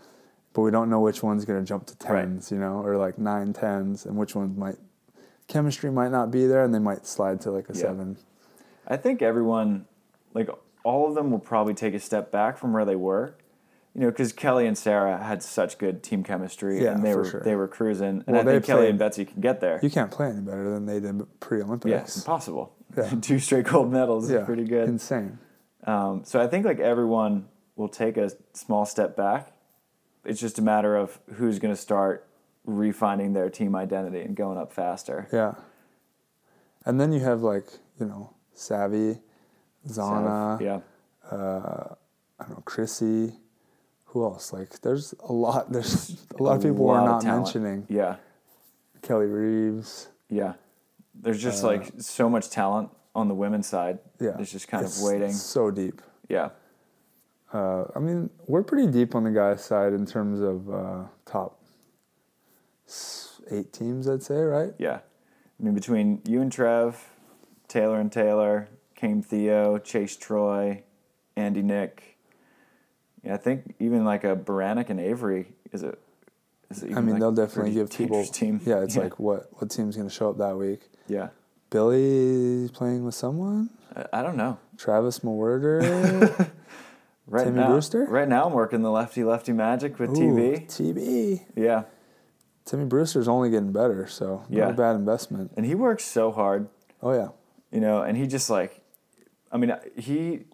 [SPEAKER 2] but we don't know which one's going to jump to
[SPEAKER 1] Right.
[SPEAKER 2] tens, you know, or like nine tens, and which ones might chemistry might not be there, and they might slide to like a
[SPEAKER 1] Yeah.
[SPEAKER 2] seven.
[SPEAKER 1] I think everyone, like all of them, will probably take a step back from where they were. You know, because Kelly and Sarah had such good team chemistry,
[SPEAKER 2] Yeah,
[SPEAKER 1] and they
[SPEAKER 2] for
[SPEAKER 1] were
[SPEAKER 2] sure.
[SPEAKER 1] they were cruising. And
[SPEAKER 2] Well,
[SPEAKER 1] I
[SPEAKER 2] they
[SPEAKER 1] think Kelly
[SPEAKER 2] played-
[SPEAKER 1] and Betsy can get there.
[SPEAKER 2] You can't play any better than they did pre
[SPEAKER 1] Yeah, it's
[SPEAKER 2] Olympics.
[SPEAKER 1] impossible.
[SPEAKER 2] Yeah.
[SPEAKER 1] Two straight gold medals is pretty good.
[SPEAKER 2] Insane.
[SPEAKER 1] Um, so I think like everyone will take a small step back. It's just a matter of who's going to start refining their team identity and going up faster.
[SPEAKER 2] Yeah. And then you have like, you know, Savvy,
[SPEAKER 1] So,
[SPEAKER 2] Zana,
[SPEAKER 1] yeah,
[SPEAKER 2] uh, I don't know, Chrissy. Who else? Like, there's a lot. There's a lot of people
[SPEAKER 1] lot
[SPEAKER 2] we're
[SPEAKER 1] of
[SPEAKER 2] not
[SPEAKER 1] talent.
[SPEAKER 2] mentioning.
[SPEAKER 1] yeah,
[SPEAKER 2] Kelly Reeves.
[SPEAKER 1] yeah. There's just like so much talent on the women's side.
[SPEAKER 2] Uh, Yeah,
[SPEAKER 1] it's just kind
[SPEAKER 2] It's
[SPEAKER 1] of waiting.
[SPEAKER 2] So deep.
[SPEAKER 1] Yeah,
[SPEAKER 2] Uh, I mean, we're pretty deep on the guys' side in terms of uh, top s- eight teams, I'd say, right?
[SPEAKER 1] yeah. I mean, between you and Trev, Taylor and Taylor, Came Theo, Chase Troy, Andy Nick. Yeah, I think even like a Baranek and Avery is it. Is it
[SPEAKER 2] I mean,
[SPEAKER 1] like
[SPEAKER 2] they'll
[SPEAKER 1] a
[SPEAKER 2] definitely
[SPEAKER 1] pretty
[SPEAKER 2] give people.
[SPEAKER 1] dangerous Team.
[SPEAKER 2] Yeah, it's like what what team's going to show up that week?
[SPEAKER 1] yeah.
[SPEAKER 2] Billy playing with someone.
[SPEAKER 1] I, I don't know.
[SPEAKER 2] Travis Mawerder.
[SPEAKER 1] Right
[SPEAKER 2] Timmy
[SPEAKER 1] now,
[SPEAKER 2] Brewster?
[SPEAKER 1] Right now, I'm working the lefty lefty magic with
[SPEAKER 2] Ooh,
[SPEAKER 1] TV.
[SPEAKER 2] TB.
[SPEAKER 1] Yeah,
[SPEAKER 2] Timmy Brewster's only getting better, so
[SPEAKER 1] Yeah.
[SPEAKER 2] not a bad investment.
[SPEAKER 1] and he works so hard,
[SPEAKER 2] Oh yeah,
[SPEAKER 1] you know. And he just like, I mean, he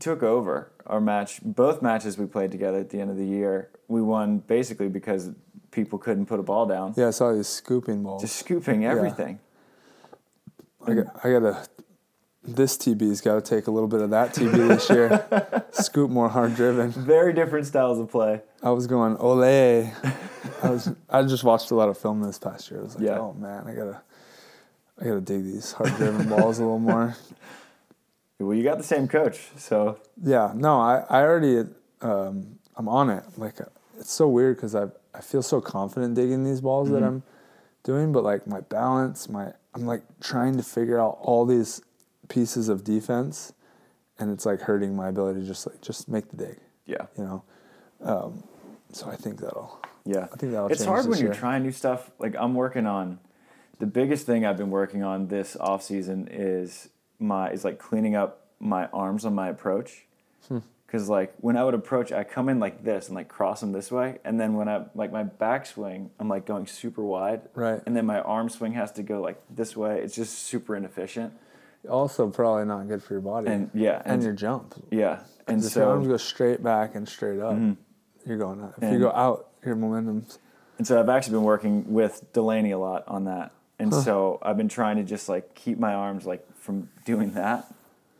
[SPEAKER 1] took over our match. Both matches we played together at the end of the year, we won basically because people couldn't put a ball down,
[SPEAKER 2] yeah. I saw he's scooping balls.
[SPEAKER 1] just scooping everything.
[SPEAKER 2] I got, I gotta. This TB's got to take a little bit of that TB this year. Scoop more hard driven.
[SPEAKER 1] Very different styles of play.
[SPEAKER 2] I was going ole. I was. I just watched a lot of film this past year. I was like,
[SPEAKER 1] Yeah.
[SPEAKER 2] oh man, I gotta. I gotta dig these hard driven balls a little more.
[SPEAKER 1] Well, you got the same coach, so
[SPEAKER 2] Yeah. No, I. I already. Um, I'm on it. Like, it's so weird because I. I feel so confident digging these balls
[SPEAKER 1] Mm-hmm.
[SPEAKER 2] that I'm doing, but like my balance, my. I'm like trying to figure out all these pieces of defense, and it's like hurting my ability to just like just make the dig.
[SPEAKER 1] yeah,
[SPEAKER 2] you know. Um, so I think that'll.
[SPEAKER 1] yeah.
[SPEAKER 2] I think that'll
[SPEAKER 1] It's
[SPEAKER 2] change
[SPEAKER 1] hard
[SPEAKER 2] this
[SPEAKER 1] when you're
[SPEAKER 2] year.
[SPEAKER 1] trying new stuff. Like I'm working on the biggest thing I've been working on this off season is my is like cleaning up my arms on my approach.
[SPEAKER 2] Hmm.
[SPEAKER 1] Because like when I would approach, I come in like this and like cross them this way, and then when I like my backswing, I'm like going super wide,
[SPEAKER 2] Right.
[SPEAKER 1] And then my arm swing has to go like this way. It's just super inefficient,
[SPEAKER 2] Also, probably not good for your body
[SPEAKER 1] and yeah,
[SPEAKER 2] and
[SPEAKER 1] and,
[SPEAKER 2] your jump.
[SPEAKER 1] yeah, and
[SPEAKER 2] 'Cause if your arms
[SPEAKER 1] so Mm-hmm.
[SPEAKER 2] go straight back and straight up, you're going out. If you
[SPEAKER 1] And-
[SPEAKER 2] go out, your momentum's.
[SPEAKER 1] And so I've actually been working with Delaney a lot on that. And so I've been trying to just like keep my arms like from doing that.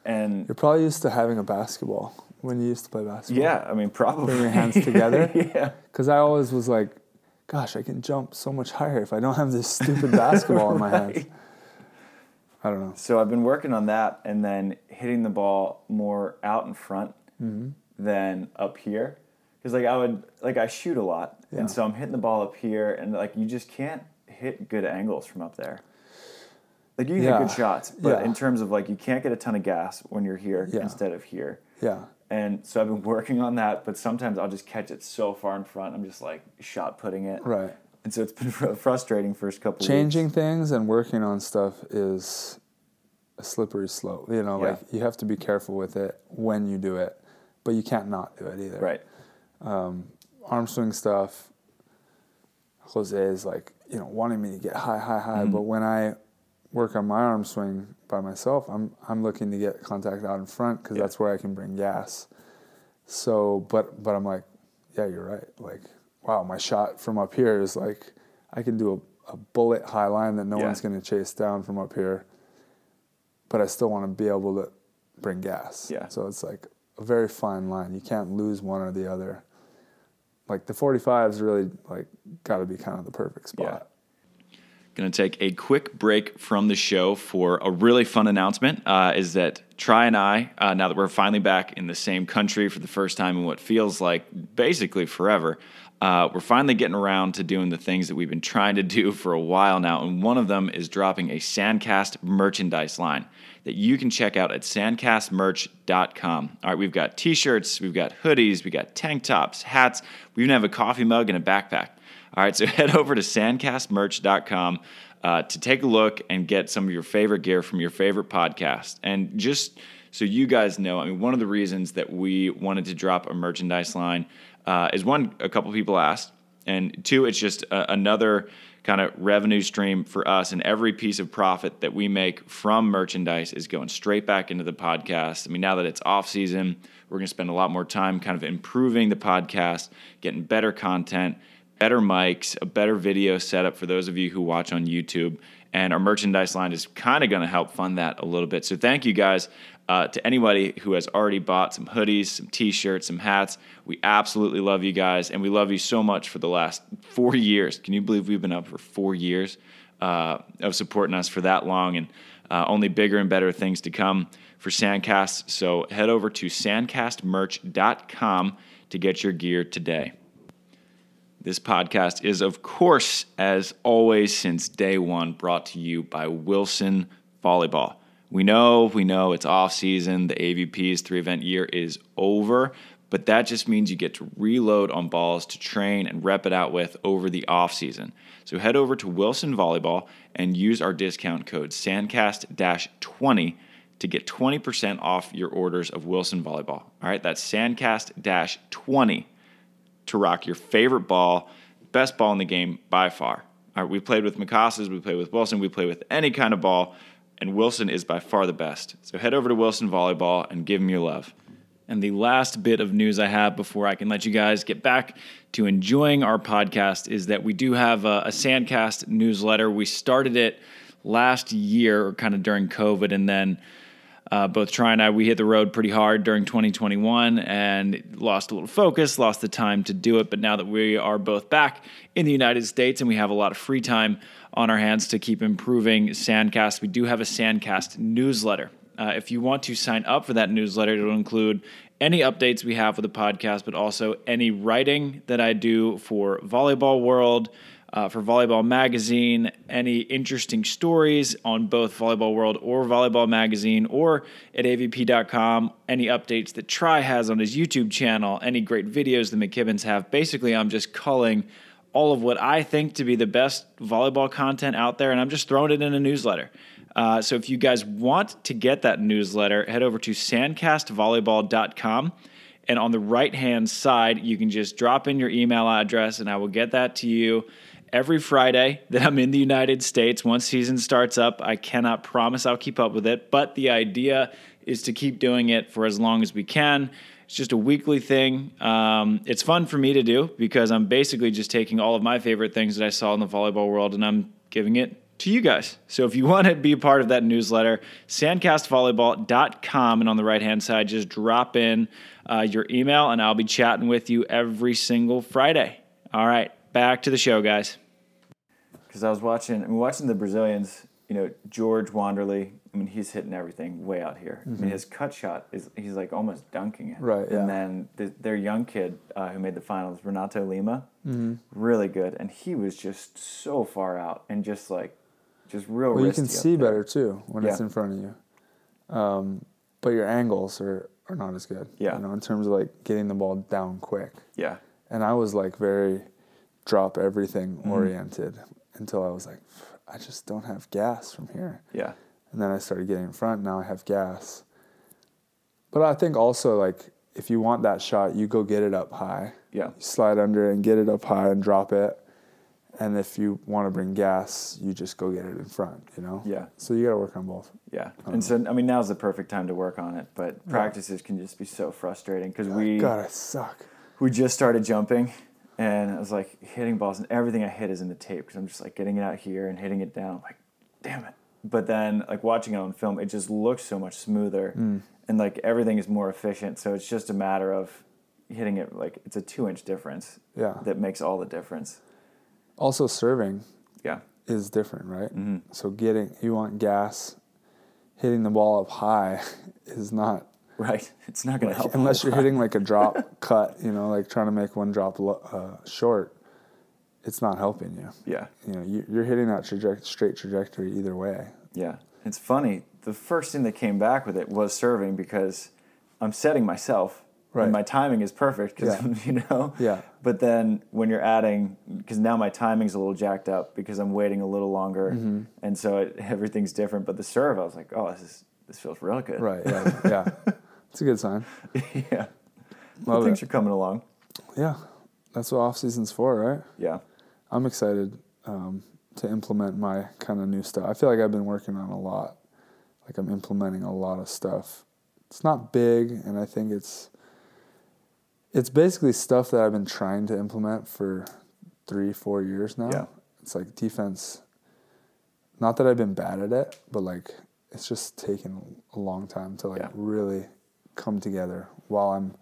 [SPEAKER 1] And
[SPEAKER 2] You're probably used to having a basketball when you used to play basketball.
[SPEAKER 1] yeah, I mean probably
[SPEAKER 2] Putting your hands together.
[SPEAKER 1] yeah.
[SPEAKER 2] Because I always was like, gosh, I can jump so much higher if I don't have this stupid basketball in my hands. I don't know.
[SPEAKER 1] So I've been working on that and then hitting the ball more out in front
[SPEAKER 2] Mm-hmm.
[SPEAKER 1] than up here. Cuz like I would like I shoot a lot.
[SPEAKER 2] Yeah.
[SPEAKER 1] And so I'm hitting the ball up here and like you just can't hit good angles from up there. Like you can
[SPEAKER 2] Yeah.
[SPEAKER 1] hit good shots, but
[SPEAKER 2] Yeah.
[SPEAKER 1] in terms of like you can't get a ton of gas when you're here
[SPEAKER 2] Yeah.
[SPEAKER 1] instead of here.
[SPEAKER 2] Yeah.
[SPEAKER 1] And so I've been working on that, but sometimes I'll just catch it so far in front, I'm just like shot putting it.
[SPEAKER 2] Right.
[SPEAKER 1] And so it's been fr- frustrating first couple weeks.
[SPEAKER 2] changing things and working on stuff is a slippery slope. You know,
[SPEAKER 1] Yeah.
[SPEAKER 2] like you have to be careful with it when you do it, but you can't not do it either.
[SPEAKER 1] Right.
[SPEAKER 2] Arm swing stuff. Jose is like, you know, wanting me to get high, high, high,
[SPEAKER 1] Mm-hmm.
[SPEAKER 2] but when I work on my arm swing by myself, I'm I'm looking to get contact out in front because
[SPEAKER 1] Yeah.
[SPEAKER 2] that's where I can bring gas. So, but but I'm like, yeah, you're right. Like, wow, my shot from up here is like, I can do a, a bullet high line that no
[SPEAKER 1] Yeah.
[SPEAKER 2] one's going to chase down from up here. But I still want to be able to bring gas.
[SPEAKER 1] Yeah.
[SPEAKER 2] So it's like a very fine line. You can't lose one or the other. Like the 45s really like got to be kind of the perfect spot.
[SPEAKER 1] Yeah. Going to take a quick break from the show for a really fun announcement. Uh, is that Try and I, uh, now that we're finally back in the same country for the first time in what feels like basically forever, uh, we're finally getting around to doing the things that we've been trying to do for a while now. And one of them is dropping a Sandcast merchandise line that you can check out at sandcastmerch.com. All right, we've got t shirts, we've got hoodies, we've got tank tops, hats, we even have a coffee mug and a backpack. All right, so head over to sandcastmerch.com uh, to take a look and get some of your favorite gear from your favorite podcast. And just so you guys know, I mean, one of the reasons that we wanted to drop a merchandise line uh, is one, a couple people asked, and two, it's just a, another kind of revenue stream for us. And every piece of profit that we make from merchandise is going straight back into the podcast. I mean, now that it's off season, we're going to spend a lot more time kind of improving the podcast, getting better content better mics, a better video setup for those of you who watch on YouTube. And our merchandise line is kind of going to help fund that a little bit. So thank you guys uh, to anybody who has already bought some hoodies, some t-shirts, some hats. We absolutely love you guys, and we love you so much for the last four years. Can you believe we've been up for four years uh, of supporting us for that long? And uh, only bigger and better things to come for Sandcast. So head over to sandcastmerch.com to get your gear today. This podcast is, of course, as always, since day one, brought to you by Wilson Volleyball. we know, we know it's off season. The AVP's three event year is over, but that just means you get to reload on balls to train and rep it out with over the off season. So head over to Wilson Volleyball and use our discount code SANDCAST-20 to get 20% off your orders of Wilson Volleyball. All right, that's SANDCAST-20 to rock your favorite ball, best ball in the game by far. All right, we played with Mikasa's, we played with Wilson, we play with any kind of ball, and Wilson is by far the best. So head over to Wilson Volleyball and give them your love. And the last bit of news I have before I can let you guys get back to enjoying our podcast is that we do have a, a Sandcast newsletter. We started it last year, or kind of during COVID, and then uh, both Try and I, we hit the road pretty hard during 2021 and lost a little focus, lost the time to do it. But now that we are both back in the United States and we have a lot of free time on our hands to keep improving Sandcast, we do have a Sandcast newsletter. Uh, if you want to sign up for that newsletter, it'll include any updates we have with the podcast, but also any writing that I do for Volleyball World, uh, for Volleyball Magazine, any interesting stories on both Volleyball World or Volleyball Magazine, or at avp.com, any updates that Try has on his YouTube channel, any great videos the McKibbins have. Basically, I'm just culling all of what I think to be the best volleyball content out there, and I'm just throwing it in a newsletter. Uh, so if you guys want to get that newsletter, head over to sandcastvolleyball.com. And on the right hand side, you can just drop in your email address, and I will get that to you every Friday that I'm in the United States. Once season starts up, I cannot promise I'll keep up with it, but the idea is to keep doing it for as long as we can. It's just a weekly thing. Um, it's fun for me to do because I'm basically just taking all of my favorite things that I saw in the volleyball world and I'm giving it to you guys. So if you want to be a part of that newsletter, sandcastvolleyball.com. And on the right hand side, just drop in uh, your email and I'll be chatting with you every single Friday. All right, back to the show, guys.
[SPEAKER 3] Because I was watching, I'm watching the Brazilians. You know, George Wanderley. I mean, he's hitting everything way out here. I mean, his cut shot is—he's like almost dunking it.
[SPEAKER 2] Mm-hmm. Right, yeah.
[SPEAKER 3] And then the, their young kid uh, who made the finals, Renato Lima,
[SPEAKER 2] Mm-hmm.
[SPEAKER 3] really good, and he was just so far out and just like, just real.
[SPEAKER 2] Well, you
[SPEAKER 3] risky
[SPEAKER 2] can
[SPEAKER 3] up
[SPEAKER 2] see
[SPEAKER 3] there.
[SPEAKER 2] better too when it's
[SPEAKER 3] Yeah.
[SPEAKER 2] in front of you. Um, but your angles are, are not as good.
[SPEAKER 3] Yeah.
[SPEAKER 2] You know, in terms of like getting the ball down quick.
[SPEAKER 3] Yeah.
[SPEAKER 2] And I was like very drop everything oriented until I was like, I just don't have gas from here.
[SPEAKER 3] Yeah.
[SPEAKER 2] And then I started getting in front. Now I have gas. But I think also like if you want that shot, you go get it up high.
[SPEAKER 3] Yeah.
[SPEAKER 2] You slide under and get it up high and drop it. And if you want to bring gas, you just go get it in front, you know?
[SPEAKER 3] Yeah.
[SPEAKER 2] So you got to work on both.
[SPEAKER 3] Yeah.
[SPEAKER 2] Um,
[SPEAKER 3] And so, I mean, now's the perfect time to work on it, but practices can just be so frustrating because we
[SPEAKER 2] God, I suck.
[SPEAKER 3] we just started jumping and I was like hitting balls and everything I hit is in the tape because I'm just like getting it out here and hitting it down. I'm like, damn it. But then like watching it on film, it just looks so much smoother and like everything is more efficient. So it's just a matter of hitting it like it's a two inch difference
[SPEAKER 2] Yeah.
[SPEAKER 3] that makes all the difference.
[SPEAKER 2] Also, serving
[SPEAKER 3] Yeah.
[SPEAKER 2] is different, right? So getting, you want gas, hitting the ball up high is not,
[SPEAKER 3] Right. It's not going to help.
[SPEAKER 2] unless you're hitting like a drop cut, you know, like trying to make one drop lo- uh, short, it's not helping you.
[SPEAKER 3] Yeah.
[SPEAKER 2] You know, you- you're hitting that traje- straight trajectory either way.
[SPEAKER 3] Yeah. It's funny. The first thing that came back with it was serving because I'm setting myself
[SPEAKER 2] Right.
[SPEAKER 3] and my timing is perfect because,
[SPEAKER 2] Yeah.
[SPEAKER 3] you know?
[SPEAKER 2] Yeah.
[SPEAKER 3] But then when you're adding, because now my timing's a little jacked up because I'm waiting a little longer.
[SPEAKER 2] Mm-hmm.
[SPEAKER 3] And so it, everything's different. But the serve, I was like, oh, this is. This feels real good.
[SPEAKER 2] Right. Yeah. yeah. It's a good sign.
[SPEAKER 3] yeah.
[SPEAKER 2] Love
[SPEAKER 3] Things
[SPEAKER 2] it.
[SPEAKER 3] are coming along.
[SPEAKER 2] Yeah. That's what off season's for, right?
[SPEAKER 3] Yeah.
[SPEAKER 2] I'm excited um, to implement my kind of new stuff. I feel like I've been working on a lot. Like I'm implementing a lot of stuff. It's not big, and I think it's it's basically stuff that I've been trying to implement for three, four years now.
[SPEAKER 3] Yeah.
[SPEAKER 2] It's like defense. Not that I've been bad at it, but like it's just taken a long time to like
[SPEAKER 3] Yeah.
[SPEAKER 2] really come together while I'm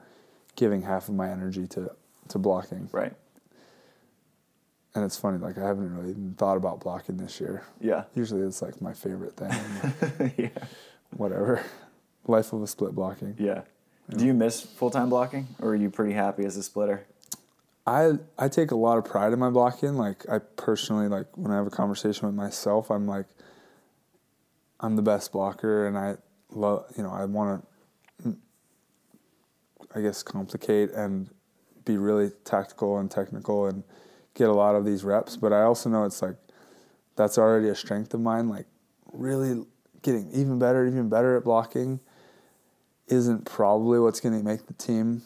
[SPEAKER 2] giving half of my energy to to blocking.
[SPEAKER 3] Right.
[SPEAKER 2] And it's funny, like I haven't really even thought about blocking this year.
[SPEAKER 3] Yeah.
[SPEAKER 2] Usually it's like my favorite thing.
[SPEAKER 3] yeah.
[SPEAKER 2] Whatever. Life of a split blocking.
[SPEAKER 3] Yeah. Do you miss full time blocking or are you pretty happy as a splitter?
[SPEAKER 2] I I take a lot of pride in my blocking. Like I personally like when I have a conversation with myself, I'm like I'm the best blocker and I love, you know, I want to, I guess, complicate and be really tactical and technical and get a lot of these reps. But I also know it's like, that's already a strength of mine. Like, really getting even better, even better at blocking isn't probably what's going to make the team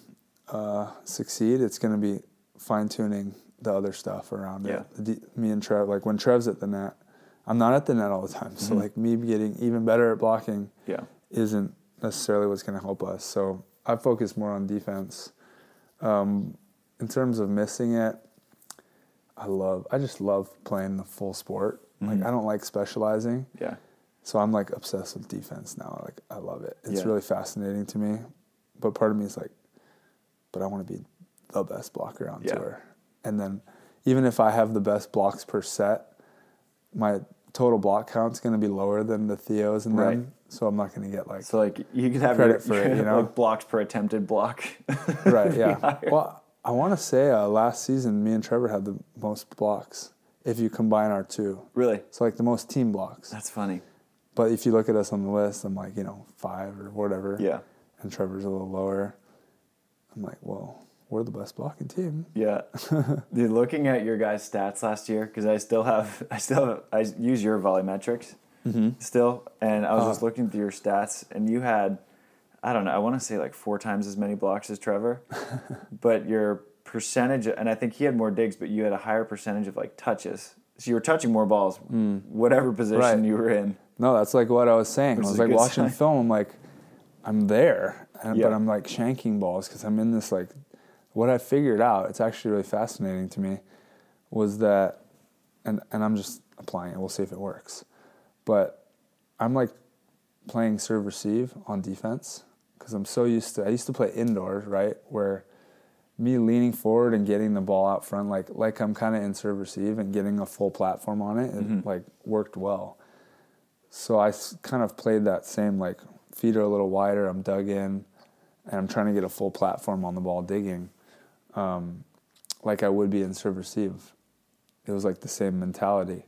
[SPEAKER 2] uh, succeed. It's going to be fine tuning the other stuff around
[SPEAKER 3] Yeah.
[SPEAKER 2] it. The, me and Trev, like when Trev's at the net, I'm not at the net all the time. So like me getting even better at blocking
[SPEAKER 3] Yeah.
[SPEAKER 2] isn't necessarily what's going to help us. So I focus more on defense. Um, in terms of missing it, I love. I just love playing the full sport. Like I don't like specializing.
[SPEAKER 3] Yeah.
[SPEAKER 2] So I'm like obsessed with defense now. Like I love it. It's
[SPEAKER 3] Yeah.
[SPEAKER 2] really fascinating to me. But part of me is like, but I want to be the best blocker on
[SPEAKER 3] Yeah.
[SPEAKER 2] tour. And then even if I have the best blocks per set, my total block count's going to be lower than the Theos and
[SPEAKER 3] Right.
[SPEAKER 2] them. So I'm not going to get like
[SPEAKER 3] So like you could have
[SPEAKER 2] Credit
[SPEAKER 3] your,
[SPEAKER 2] for it, you know?
[SPEAKER 3] like blocks per attempted block.
[SPEAKER 2] right. Yeah. well, I want to say uh, last season me and Trevor had the most blocks if you combine our two.
[SPEAKER 3] really?
[SPEAKER 2] So like the most team blocks.
[SPEAKER 3] That's funny.
[SPEAKER 2] But if you look at us on the list, I'm like, you know, five or whatever.
[SPEAKER 3] Yeah.
[SPEAKER 2] And Trevor's a little lower. I'm like, well, we're the best blocking team.
[SPEAKER 3] Yeah. Dude, looking at your guys' stats last year, because I still have, I still have, I use your volumetrics
[SPEAKER 2] Mm-hmm.
[SPEAKER 3] still, and I was
[SPEAKER 2] Uh-huh.
[SPEAKER 3] just looking through your stats, and you had, I don't know, I want to say like four times as many blocks as Trevor, but your percentage, and I think he had more digs, but you had a higher percentage of like touches. So you were touching more balls, whatever position
[SPEAKER 2] Mm. Right.
[SPEAKER 3] you were in.
[SPEAKER 2] No, that's like what I was saying. I
[SPEAKER 3] is
[SPEAKER 2] was
[SPEAKER 3] a
[SPEAKER 2] like
[SPEAKER 3] good
[SPEAKER 2] watching
[SPEAKER 3] sign.
[SPEAKER 2] film. I'm like, I'm there, and,
[SPEAKER 3] Yeah.
[SPEAKER 2] but I'm like shanking balls because I'm in this like. What I figured out, it's actually really fascinating to me, was that, and and I'm just applying it. We'll see if it works, but I'm like playing serve receive on defense because I'm so used to. I used to play indoors, right, where me leaning forward and getting the ball out front, like like I'm kind of in serve receive and getting a full platform on it, it
[SPEAKER 3] Mm-hmm.
[SPEAKER 2] like worked well. So I s- kind of played that same like feet are a little wider. I'm dug in, and I'm trying to get a full platform on the ball digging, um, like I would be in serve receive. It was like the same mentality,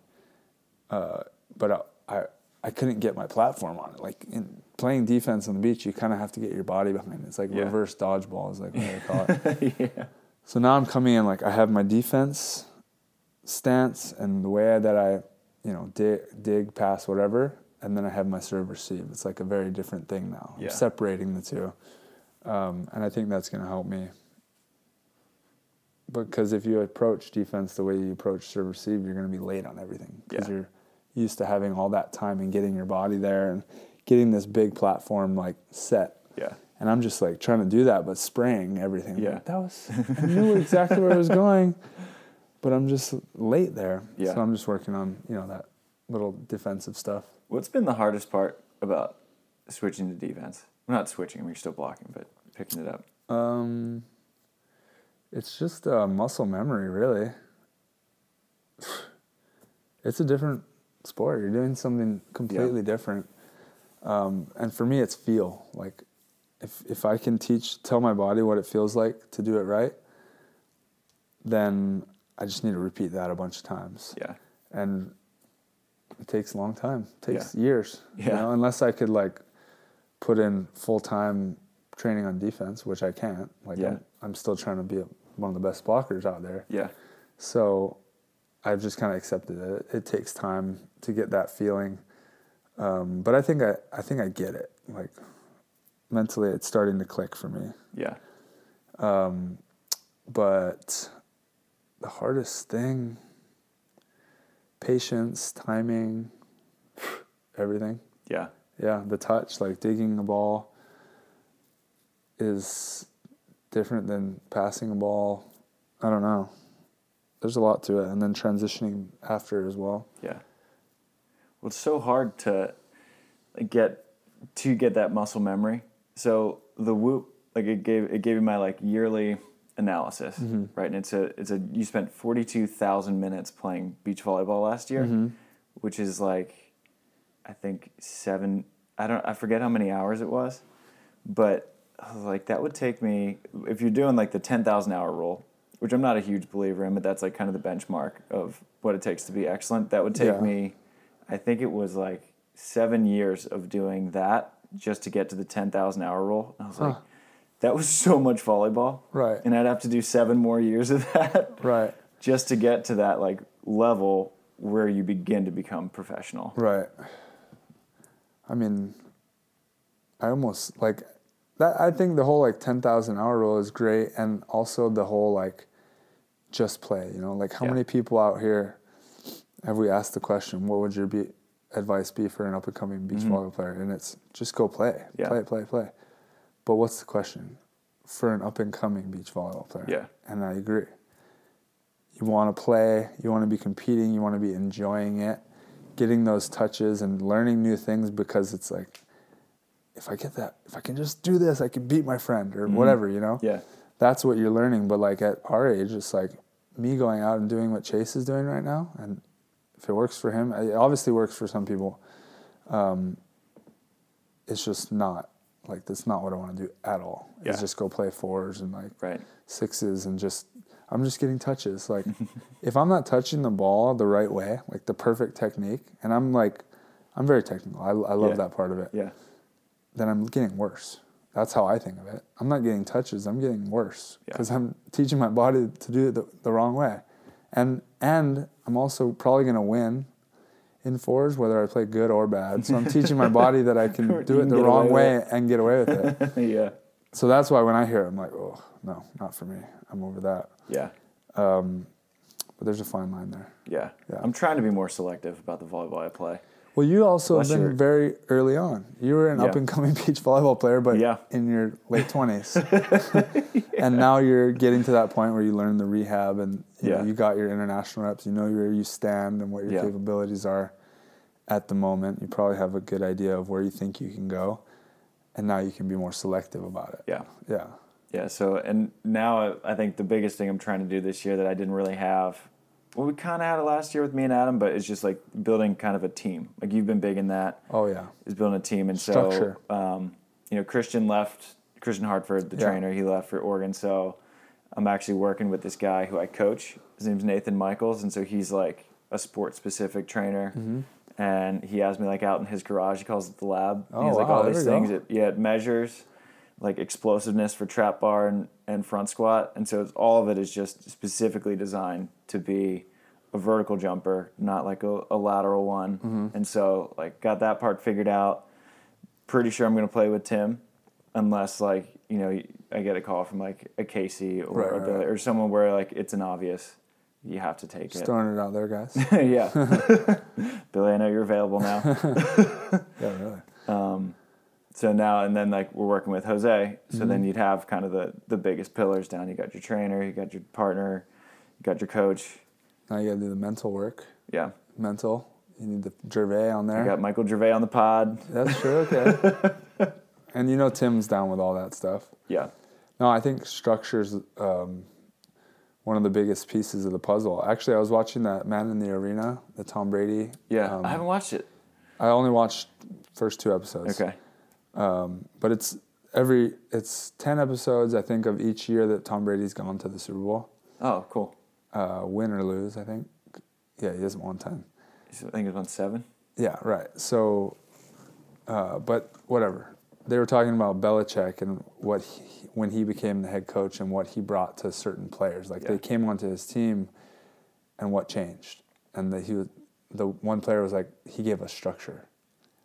[SPEAKER 2] uh, but I, I I couldn't get my platform on it. Like in playing defense on the beach, you kind of have to get your body behind it. It's like
[SPEAKER 3] Yeah.
[SPEAKER 2] reverse dodgeball is like what they call it.
[SPEAKER 3] yeah.
[SPEAKER 2] So now I'm coming in like I have my defense stance and the way that I, you know, dig, dig pass, whatever, and then I have my serve receive. It's like a very different thing now.
[SPEAKER 3] Yeah.
[SPEAKER 2] I'm separating the two, um, and I think that's going to help me. Because if you approach defense the way you approach serve receive, you're going to be late on everything because
[SPEAKER 3] Yeah.
[SPEAKER 2] you're used to having all that time and getting your body there and getting this big platform like set.
[SPEAKER 3] Yeah.
[SPEAKER 2] And I'm just like trying to do that, but spraying everything.
[SPEAKER 3] Yeah.
[SPEAKER 2] Like, that was, I knew exactly where I was going, but I'm just late there.
[SPEAKER 3] Yeah.
[SPEAKER 2] So I'm just working on, you know, that little defensive stuff.
[SPEAKER 3] What's been the hardest part about switching to defense? Well, not switching, I mean, you're still blocking, but picking it up.
[SPEAKER 2] Um, it's just uh, muscle memory, really. It's a different sport. You're doing something completely different. Um, and for me, it's feel. Like, if if I can teach, tell my body what it feels like to do it right, then I just need to repeat that a bunch of times.
[SPEAKER 3] Yeah.
[SPEAKER 2] And it takes a long time. It takes years. You
[SPEAKER 3] Yeah.
[SPEAKER 2] know, unless I could like put in full time training on defense, which I can't. Like
[SPEAKER 3] Yeah.
[SPEAKER 2] I'm, I'm still trying to be a, one of the best blockers out there.
[SPEAKER 3] Yeah.
[SPEAKER 2] So I've just kind of accepted it. It takes time to get that feeling, um, but I think I I think I get it. Like mentally, it's starting to click for me.
[SPEAKER 3] Yeah.
[SPEAKER 2] But the hardest thing, patience, timing, everything.
[SPEAKER 3] Yeah.
[SPEAKER 2] yeah, the touch, like digging a ball, is different than passing a ball. I don't know. There's a lot to it, and then transitioning after as well.
[SPEAKER 3] Yeah. Well, it's so hard to get to get that muscle memory. So the whoop, like it gave it gave me my like yearly analysis, right? And it's a it's a you spent forty two thousand minutes playing beach volleyball last year, which is like I think seven. I don't I forget how many hours it was, but I was like that would take me if you're doing like the ten thousand hour rule. Which I'm not a huge believer in, but that's like kind of the benchmark of what it takes to be excellent. That would take
[SPEAKER 2] Yeah.
[SPEAKER 3] me I think it was like seven years of doing that just to get to the 10,000 hour rule. And I was like, that was so much volleyball.
[SPEAKER 2] Right.
[SPEAKER 3] And I'd have to do seven more years of that
[SPEAKER 2] Right.
[SPEAKER 3] just to get to that like level where you begin to become professional.
[SPEAKER 2] Right. I mean, I almost like that. I think the whole like 10,000 hour rule is great. And also the whole like just play, you know, like how
[SPEAKER 3] Yeah.
[SPEAKER 2] many people out here have we asked the question, what would your be, advice be for an up and coming beach volleyball player? And it's just go play,
[SPEAKER 3] Mm-hmm. Yeah.
[SPEAKER 2] play, play, play. But what's the question for an up and coming beach volleyball player?
[SPEAKER 3] Yeah.
[SPEAKER 2] And I agree. You want to play, you want to be competing, you want to be enjoying it, getting those touches and learning new things because it's like, if I get that, if I can just do this, I can beat my friend or whatever, you know?
[SPEAKER 3] Mm-hmm. Yeah.
[SPEAKER 2] That's what you're learning. But like at our age, it's like me going out and doing what Chase is doing right now. And if it works for him, it obviously works for some people. Um, it's just not like that's not what I want to do at all.
[SPEAKER 3] Yeah.
[SPEAKER 2] It's just go play fours and like
[SPEAKER 3] Right.
[SPEAKER 2] sixes and just I'm just getting touches. Like if I'm not touching the ball the right way, like the perfect technique, and I'm like I'm very technical. I, I love
[SPEAKER 3] Yeah.
[SPEAKER 2] that part of it.
[SPEAKER 3] Yeah.
[SPEAKER 2] Then I'm getting worse. That's how I think of it. I'm not getting touches. I'm getting worse
[SPEAKER 3] Yeah.
[SPEAKER 2] because I'm teaching my body to do it the, the wrong way, and and I'm also probably gonna win in fours whether I play good or bad. So I'm teaching my body that I
[SPEAKER 3] You
[SPEAKER 2] can do
[SPEAKER 3] can
[SPEAKER 2] it the
[SPEAKER 3] get
[SPEAKER 2] wrong
[SPEAKER 3] away
[SPEAKER 2] way and get away with it.
[SPEAKER 3] yeah.
[SPEAKER 2] so that's why when I hear it, I'm like, oh no, not for me. I'm over that.
[SPEAKER 3] Yeah.
[SPEAKER 2] But there's a fine line there.
[SPEAKER 3] Yeah.
[SPEAKER 2] Yeah.
[SPEAKER 3] I'm trying to be more selective about the volleyball I play.
[SPEAKER 2] Well, you also
[SPEAKER 3] Unless
[SPEAKER 2] have been
[SPEAKER 3] you're-
[SPEAKER 2] very early on. You were an
[SPEAKER 3] Yeah.
[SPEAKER 2] up and coming beach volleyball player, but
[SPEAKER 3] Yeah.
[SPEAKER 2] in your late 20s. And now you're getting to that point where you learn the rehab and you, know,
[SPEAKER 3] Yeah.
[SPEAKER 2] you got your international reps. You know where you stand and what your
[SPEAKER 3] Yeah.
[SPEAKER 2] capabilities are at the moment. You probably have a good idea of where you think you can go. And now you can be more selective about it.
[SPEAKER 3] Yeah.
[SPEAKER 2] Yeah.
[SPEAKER 3] Yeah. So, and now I, I think the biggest thing I'm trying to do this year that I didn't really have, well, we kind of had it last year with me and Adam, but it's just like building kind of a team. Like you've been big in that,
[SPEAKER 2] Oh, yeah.
[SPEAKER 3] is building a team. And
[SPEAKER 2] Structure.
[SPEAKER 3] so, um, you know, Christian left, Christian Hartford, the
[SPEAKER 2] Yeah.
[SPEAKER 3] trainer, he left for Oregon. So I'm actually working with this guy who I coach. His name's Nathan Michaels. And so he's like a sports specific trainer.
[SPEAKER 2] Mm-hmm.
[SPEAKER 3] And he has me like out in his garage. He calls it the lab.
[SPEAKER 2] Oh,
[SPEAKER 3] he has like
[SPEAKER 2] wow,
[SPEAKER 3] all
[SPEAKER 2] there
[SPEAKER 3] these
[SPEAKER 2] we go.
[SPEAKER 3] things. It, yeah, it measures like explosiveness for trap bar and, and front squat. And so it's, all of it is just specifically designed to be a vertical jumper, not like a, a lateral one.
[SPEAKER 2] Mm-hmm.
[SPEAKER 3] And so like got that part figured out. Pretty sure I'm going to play with Tim unless like, you know, I get a call from like a Casey or
[SPEAKER 2] Right,
[SPEAKER 3] a
[SPEAKER 2] right,
[SPEAKER 3] Billy
[SPEAKER 2] right.
[SPEAKER 3] or someone where like it's an obvious you have to take
[SPEAKER 2] Just
[SPEAKER 3] it.
[SPEAKER 2] throwing it out there, guys.
[SPEAKER 3] yeah. Billy, I know you're available now.
[SPEAKER 2] yeah, really.
[SPEAKER 3] so now and then like we're working with Jose. So then you'd have kind of the the biggest pillars down. You got your trainer, you got your partner, you got your coach.
[SPEAKER 2] Now you got to do the mental work.
[SPEAKER 3] Yeah.
[SPEAKER 2] Mental. You need the Gervais on there.
[SPEAKER 3] You got Michael Gervais on the pod.
[SPEAKER 2] That's true. Okay. and you know Tim's down with all that stuff.
[SPEAKER 3] Yeah.
[SPEAKER 2] No, I think structure's um, one of the biggest pieces of the puzzle. Actually, I was watching that Man in the Arena, the Tom Brady.
[SPEAKER 3] Yeah.
[SPEAKER 2] um,
[SPEAKER 3] I haven't watched it.
[SPEAKER 2] I only watched first two episodes.
[SPEAKER 3] Okay.
[SPEAKER 2] But it's every it's ten episodes I think of each year that Tom Brady's gone to the Super Bowl,
[SPEAKER 3] Oh, cool.
[SPEAKER 2] uh, win or lose. I think. Yeah, he hasn't won ten.
[SPEAKER 3] I think it's on seven.
[SPEAKER 2] Yeah, right. So, uh, but whatever. They were talking about Belichick and what he, when he became the head coach and what he brought to certain players. Like
[SPEAKER 3] Yeah.
[SPEAKER 2] they came onto his team, and what changed. And the, he was, the one player was like he gave us structure.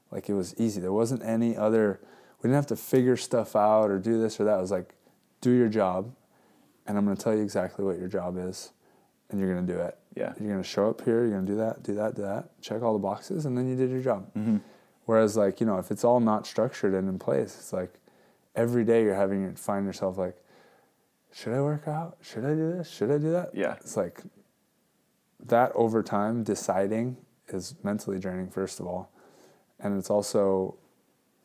[SPEAKER 2] Like it was easy. There wasn't any other. We didn't have to figure stuff out or do this or that. It was like, do your job, and I'm going to tell you exactly what your job is, and you're going to do it.
[SPEAKER 3] Yeah.
[SPEAKER 2] You're going to show up here. You're going to do that, do that, do that. Check all the boxes, and then you did your job. Whereas, like you know, if it's all not structured and in place, it's like every day you're having to find yourself like, should I work out? Should I do this? Should I do that?
[SPEAKER 3] Yeah.
[SPEAKER 2] It's like that over time deciding is mentally draining first of all and it's also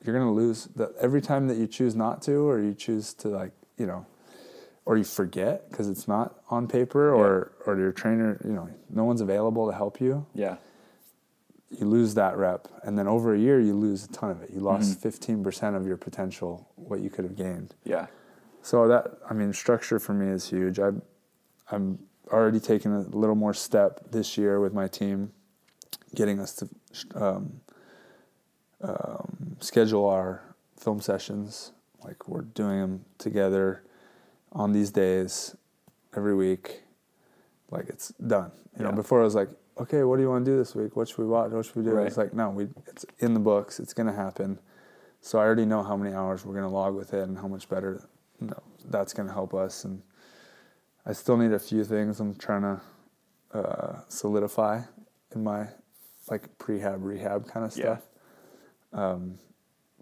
[SPEAKER 2] you're going to lose that every time that you choose not to or you choose to like you know or you forget because it's not on paper or or your trainer you know no one's available to help you
[SPEAKER 3] Yeah.
[SPEAKER 2] you lose that rep and then over a year you lose a ton of it you lost 15% of your potential what you could have gained
[SPEAKER 3] Yeah.
[SPEAKER 2] so that I mean, structure for me is huge. I'm I'm already taking a little more step this year with my team, getting us to um, um, schedule our film sessions. Like we're doing them together on these days every week. Like it's done. You know,
[SPEAKER 3] Yeah.
[SPEAKER 2] before I was like, okay, what do you want to do this week? What should we watch? What should we do?
[SPEAKER 3] Right.
[SPEAKER 2] It's like, no, we it's in the books. It's gonna happen. So I already know how many hours we're gonna log with it and how much better you know, that's gonna help us. And I still need a few things I'm trying to uh, solidify in my like prehab rehab kind of
[SPEAKER 3] Yeah.
[SPEAKER 2] stuff. Um,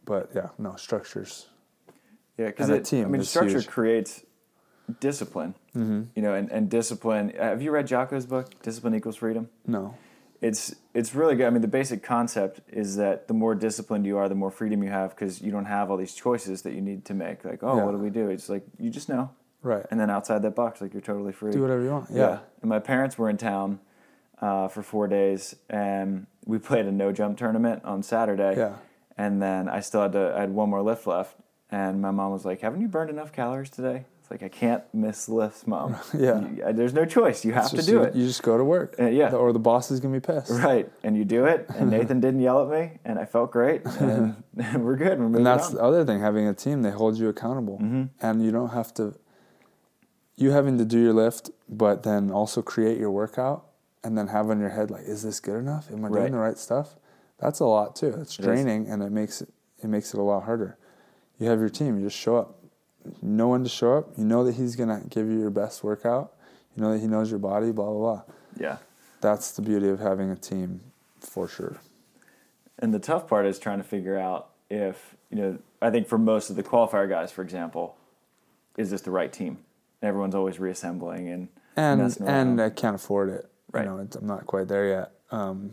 [SPEAKER 2] but yeah, no structures.
[SPEAKER 3] Yeah, because
[SPEAKER 2] And a
[SPEAKER 3] it-
[SPEAKER 2] team
[SPEAKER 3] I mean,
[SPEAKER 2] is
[SPEAKER 3] structure
[SPEAKER 2] huge.
[SPEAKER 3] creates discipline. You know, and, and discipline. Have you read Jocko's book, Discipline Equals Freedom?
[SPEAKER 2] No,
[SPEAKER 3] It's it's really good. I mean, the basic concept is that the more disciplined you are, the more freedom you have because you don't have all these choices that you need to make. Like, oh,
[SPEAKER 2] Yeah.
[SPEAKER 3] what do we do? It's like you just know,
[SPEAKER 2] right.
[SPEAKER 3] and then outside that box, like you're totally free.
[SPEAKER 2] do whatever you want. Yeah.
[SPEAKER 3] And my parents were in town uh, for four days, and we played a no jump tournament on Saturday.
[SPEAKER 2] Yeah.
[SPEAKER 3] And then I still had to. I had one more lift left, and my mom was like, "Haven't you burned enough calories today?" It's like I can't miss lifts, mom.
[SPEAKER 2] Yeah.
[SPEAKER 3] You- I- there's no choice. You have
[SPEAKER 2] It's
[SPEAKER 3] to
[SPEAKER 2] just
[SPEAKER 3] do
[SPEAKER 2] you,
[SPEAKER 3] it.
[SPEAKER 2] You just go to work.
[SPEAKER 3] Uh, yeah.
[SPEAKER 2] The- or the boss is gonna be pissed.
[SPEAKER 3] Right, and you do it, and Nathan didn't yell at me, and I felt great, and we're good. Mm-hmm. We're moving
[SPEAKER 2] And that's
[SPEAKER 3] on.
[SPEAKER 2] the other thing. Having a team, they hold you accountable, and you don't have to. You having to do your lift, but then also create your workout, and then have on your head like, is this good enough? Am I
[SPEAKER 3] Right.
[SPEAKER 2] doing the right stuff? That's a lot too. It's
[SPEAKER 3] is.
[SPEAKER 2] draining, and it makes it it makes it a lot harder. You have your team. You just show up. You know when to show up. You know that he's gonna give you your best workout. You know that he knows your body. Blah blah blah.
[SPEAKER 3] yeah.
[SPEAKER 2] That's the beauty of having a team, for sure.
[SPEAKER 3] And the tough part is trying to figure out if, you know, I think for most of the qualifier guys, for example, is this the right team? And everyone's always reassembling and
[SPEAKER 2] and
[SPEAKER 3] messing around.
[SPEAKER 2] and I can't afford it.
[SPEAKER 3] Right.
[SPEAKER 2] You know, it's, I'm not quite there yet. Um,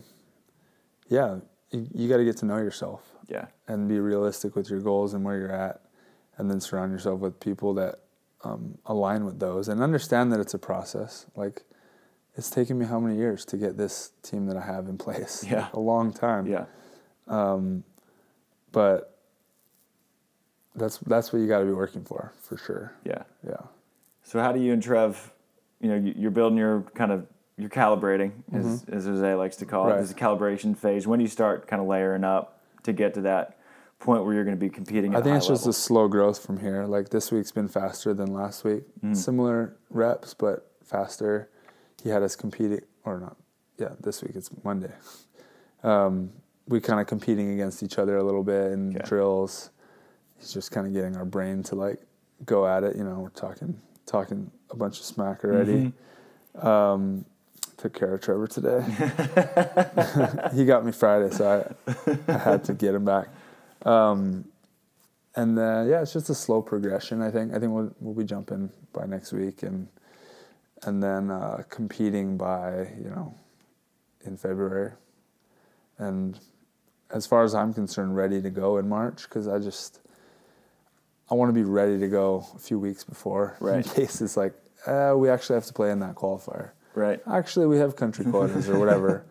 [SPEAKER 2] yeah, you, you got to get to know yourself
[SPEAKER 3] yeah,
[SPEAKER 2] and be realistic with your goals and where you're at, and then surround yourself with people that um, align with those and understand that it's a process. Like, it's taken me how many years to get this team that I have in place?
[SPEAKER 3] Yeah.
[SPEAKER 2] a long time.
[SPEAKER 3] yeah,
[SPEAKER 2] but that's that's what you got to be working for for sure.
[SPEAKER 3] yeah.
[SPEAKER 2] Yeah.
[SPEAKER 3] So how do you and Trev, you know, you- you're building your kind of, you're calibrating, as, as Jose likes to call it.
[SPEAKER 2] Mm-hmm. Right.
[SPEAKER 3] There's a calibration phase. When do you start kind of layering up to get to that point where you're going to be competing at
[SPEAKER 2] I
[SPEAKER 3] a
[SPEAKER 2] think
[SPEAKER 3] high
[SPEAKER 2] it's just
[SPEAKER 3] level?
[SPEAKER 2] a slow growth from here. Like this week's been faster than last week.
[SPEAKER 3] Mm.
[SPEAKER 2] Similar reps, but faster. He had us competing, or not? Yeah, this week it's Monday. Um, we kind of competing against each other a little bit in
[SPEAKER 3] Okay.
[SPEAKER 2] drills. He's just kind of getting our brain to like go at it. You know, we're talking talking a bunch of smack already.
[SPEAKER 3] Mm-hmm.
[SPEAKER 2] Um, took care of Trevor today. he got me Friday, so I, I had to get him back. Um, and uh, yeah, it's just a slow progression. I think I think we'll we'll be jumping by next week, and and then uh, competing by you know in February, and as far as I'm concerned, ready to go in March because I just I want to be ready to go a few weeks before in
[SPEAKER 3] Right.
[SPEAKER 2] case it's like uh, we actually have to play in that qualifier
[SPEAKER 3] right.
[SPEAKER 2] actually we have country quotas or whatever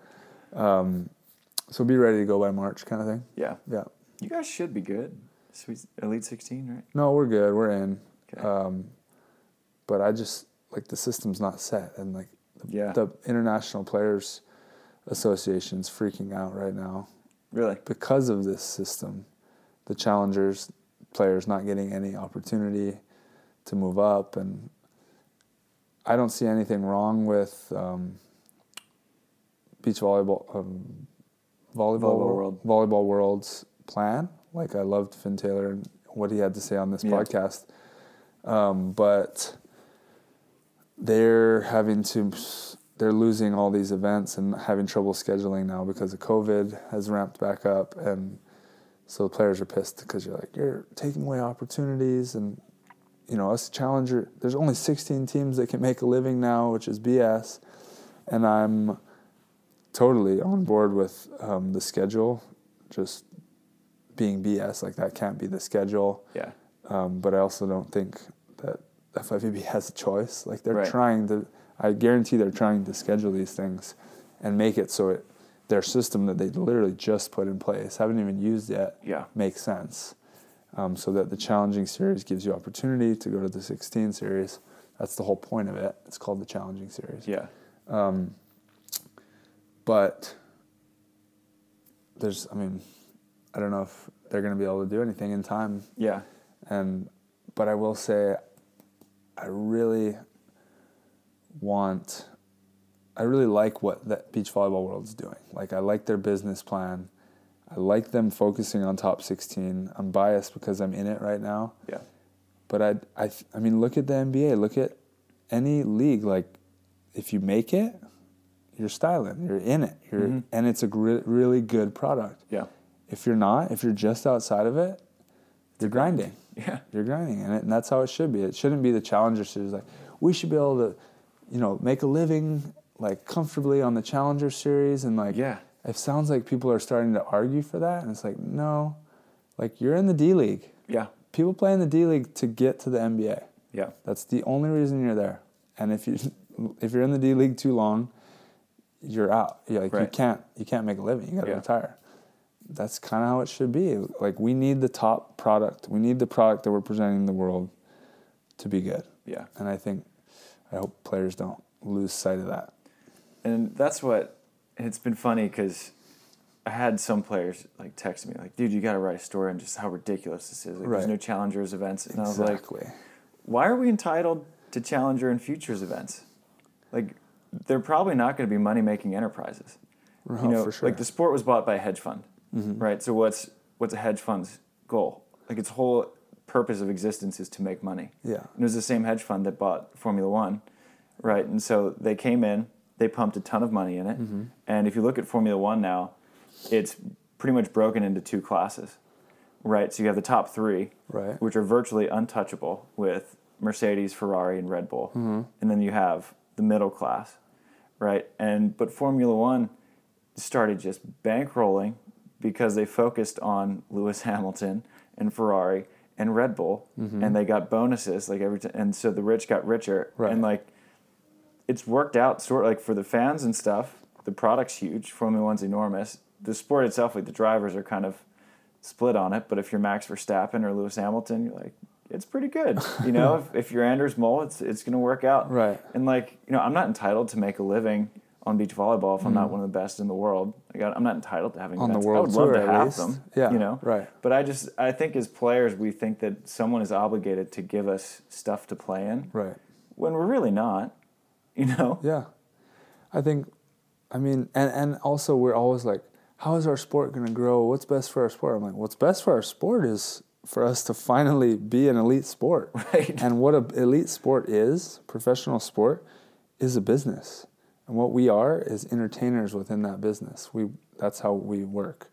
[SPEAKER 2] um, so be ready to go by march kind of thing
[SPEAKER 3] Yeah.
[SPEAKER 2] yeah
[SPEAKER 3] You guys should be good. Sweet Elite 16, right?
[SPEAKER 2] no we're good we're in
[SPEAKER 3] Okay.
[SPEAKER 2] um, but i just like the system's not set and like the,
[SPEAKER 3] Yeah.
[SPEAKER 2] the international players association's freaking out right now
[SPEAKER 3] Really?
[SPEAKER 2] because of this system the challengers players not getting any opportunity to move up and i don't see anything wrong with um, beach volleyball um, volleyball,
[SPEAKER 3] Volleyball
[SPEAKER 2] world. volleyball world's plan like i loved finn taylor and what he had to say on this
[SPEAKER 3] Yeah.
[SPEAKER 2] podcast um, but they're having to they're losing all these events and having trouble scheduling now because of covid has ramped back up and so the players are pissed because you're like you're taking away opportunities and you know us challenger there's only 16 teams that can make a living now which is bs and i'm totally on board with um, the schedule just being bs like that can't be the schedule
[SPEAKER 3] Yeah.
[SPEAKER 2] um, but I also don't think that FIVB has a choice. Like they're
[SPEAKER 3] Right.
[SPEAKER 2] trying to, I guarantee they're trying to schedule these things and make it so it their system that they literally just put in place, haven't even used yet,
[SPEAKER 3] Yeah.
[SPEAKER 2] makes sense. Um, so that the challenging series gives you opportunity to go to the 16 series. That's the whole point of it. It's called the challenging series.
[SPEAKER 3] Yeah.
[SPEAKER 2] But there's, I mean, I don't know if they're going to be able to do anything in time.
[SPEAKER 3] Yeah.
[SPEAKER 2] And but I will say, I really want. I really like what that beach volleyball world's doing. Like I like their business plan. I like them focusing on top 16. I'm biased because I'm in it right now.
[SPEAKER 3] Yeah.
[SPEAKER 2] But I, I, th- I mean, look at the NBA. Look at any league. Like, if you make it, you're styling. You're in it. You're,
[SPEAKER 3] Mm-hmm.
[SPEAKER 2] and it's a gr- really good product.
[SPEAKER 3] Yeah.
[SPEAKER 2] If you're not, if you're just outside of it, you're grinding.
[SPEAKER 3] Yeah.
[SPEAKER 2] You're grinding in it, and that's how it should be. It shouldn't be the challenger series. Like, we should be able to, you know, make a living like comfortably on the challenger series, and like,
[SPEAKER 3] Yeah.
[SPEAKER 2] it sounds like people are starting to argue for that, and it's like, no, like you're in the D League.
[SPEAKER 3] Yeah.
[SPEAKER 2] People play in the D League to get to the NBA.
[SPEAKER 3] Yeah.
[SPEAKER 2] That's the only reason you're there. And if you if you're in the D League too long, you're out. You're like you
[SPEAKER 3] Right.
[SPEAKER 2] can't you can't make a living. You got to
[SPEAKER 3] Yeah.
[SPEAKER 2] retire. That's kind of how it should be. Like we need the top product. We need the product that we're presenting the world to be good.
[SPEAKER 3] Yeah.
[SPEAKER 2] And I think I hope players don't lose sight of that.
[SPEAKER 3] And that's what it's been funny because I had some players like text me like, "Dude, you got to write a story on just how ridiculous this is. Like,
[SPEAKER 2] Right.
[SPEAKER 3] There's no challengers events." And I was like,
[SPEAKER 2] Exactly.
[SPEAKER 3] "Why are we entitled to challenger and futures events? Like, they're probably not going to be money making enterprises.
[SPEAKER 2] Oh, for sure. Mm-hmm.
[SPEAKER 3] Like the sport was bought by a hedge fund, right? So what's what's a hedge fund's goal? Like its whole purpose of existence is to make money.
[SPEAKER 2] Yeah.
[SPEAKER 3] And it was the same hedge fund that bought Formula One, right? And so they came in, they pumped a ton of money in it,
[SPEAKER 2] Mm-hmm.
[SPEAKER 3] and if you look at Formula One now, it's pretty much broken into two classes, right? So you have the top three,
[SPEAKER 2] Right.
[SPEAKER 3] which are virtually untouchable with Mercedes, Ferrari, and Red Bull, and then you have the middle class, right? And but Formula One started just bankrolling because they focused on Lewis Hamilton and Ferrari and Red Bull, and they got bonuses like every time, and so the rich got richer,
[SPEAKER 2] Right.
[SPEAKER 3] and like it's worked out sort of like for the fans and stuff. The product's huge, Formula One's enormous. The sport itself, like the drivers are kind of split on it, but if you're Max Verstappen or Lewis Hamilton, you're like, it's pretty good. You know, if, if you're Anders Mole, it's it's gonna work out.
[SPEAKER 2] Right.
[SPEAKER 3] And like, you know, I'm not entitled to make a living on beach volleyball if I'm not one of the best in the world. Like, I- I'm not entitled to having
[SPEAKER 2] Mm. On the
[SPEAKER 3] events.
[SPEAKER 2] world
[SPEAKER 3] I would
[SPEAKER 2] tour,
[SPEAKER 3] love
[SPEAKER 2] at
[SPEAKER 3] to have
[SPEAKER 2] least.
[SPEAKER 3] them.
[SPEAKER 2] Yeah,
[SPEAKER 3] You know.
[SPEAKER 2] right.
[SPEAKER 3] But I just I think as players we think that someone is obligated to give us stuff to play in
[SPEAKER 2] Right.
[SPEAKER 3] when we're really not. You know.
[SPEAKER 2] Yeah. I think I mean and, and also we're always like, how is our sport gonna grow? What's best for our sport? I'm like, what's best for our sport is for us to finally be an elite sport.
[SPEAKER 3] Right.
[SPEAKER 2] And what an elite sport is, professional sport, is a business. And what we are is entertainers within that business. We that's how we work.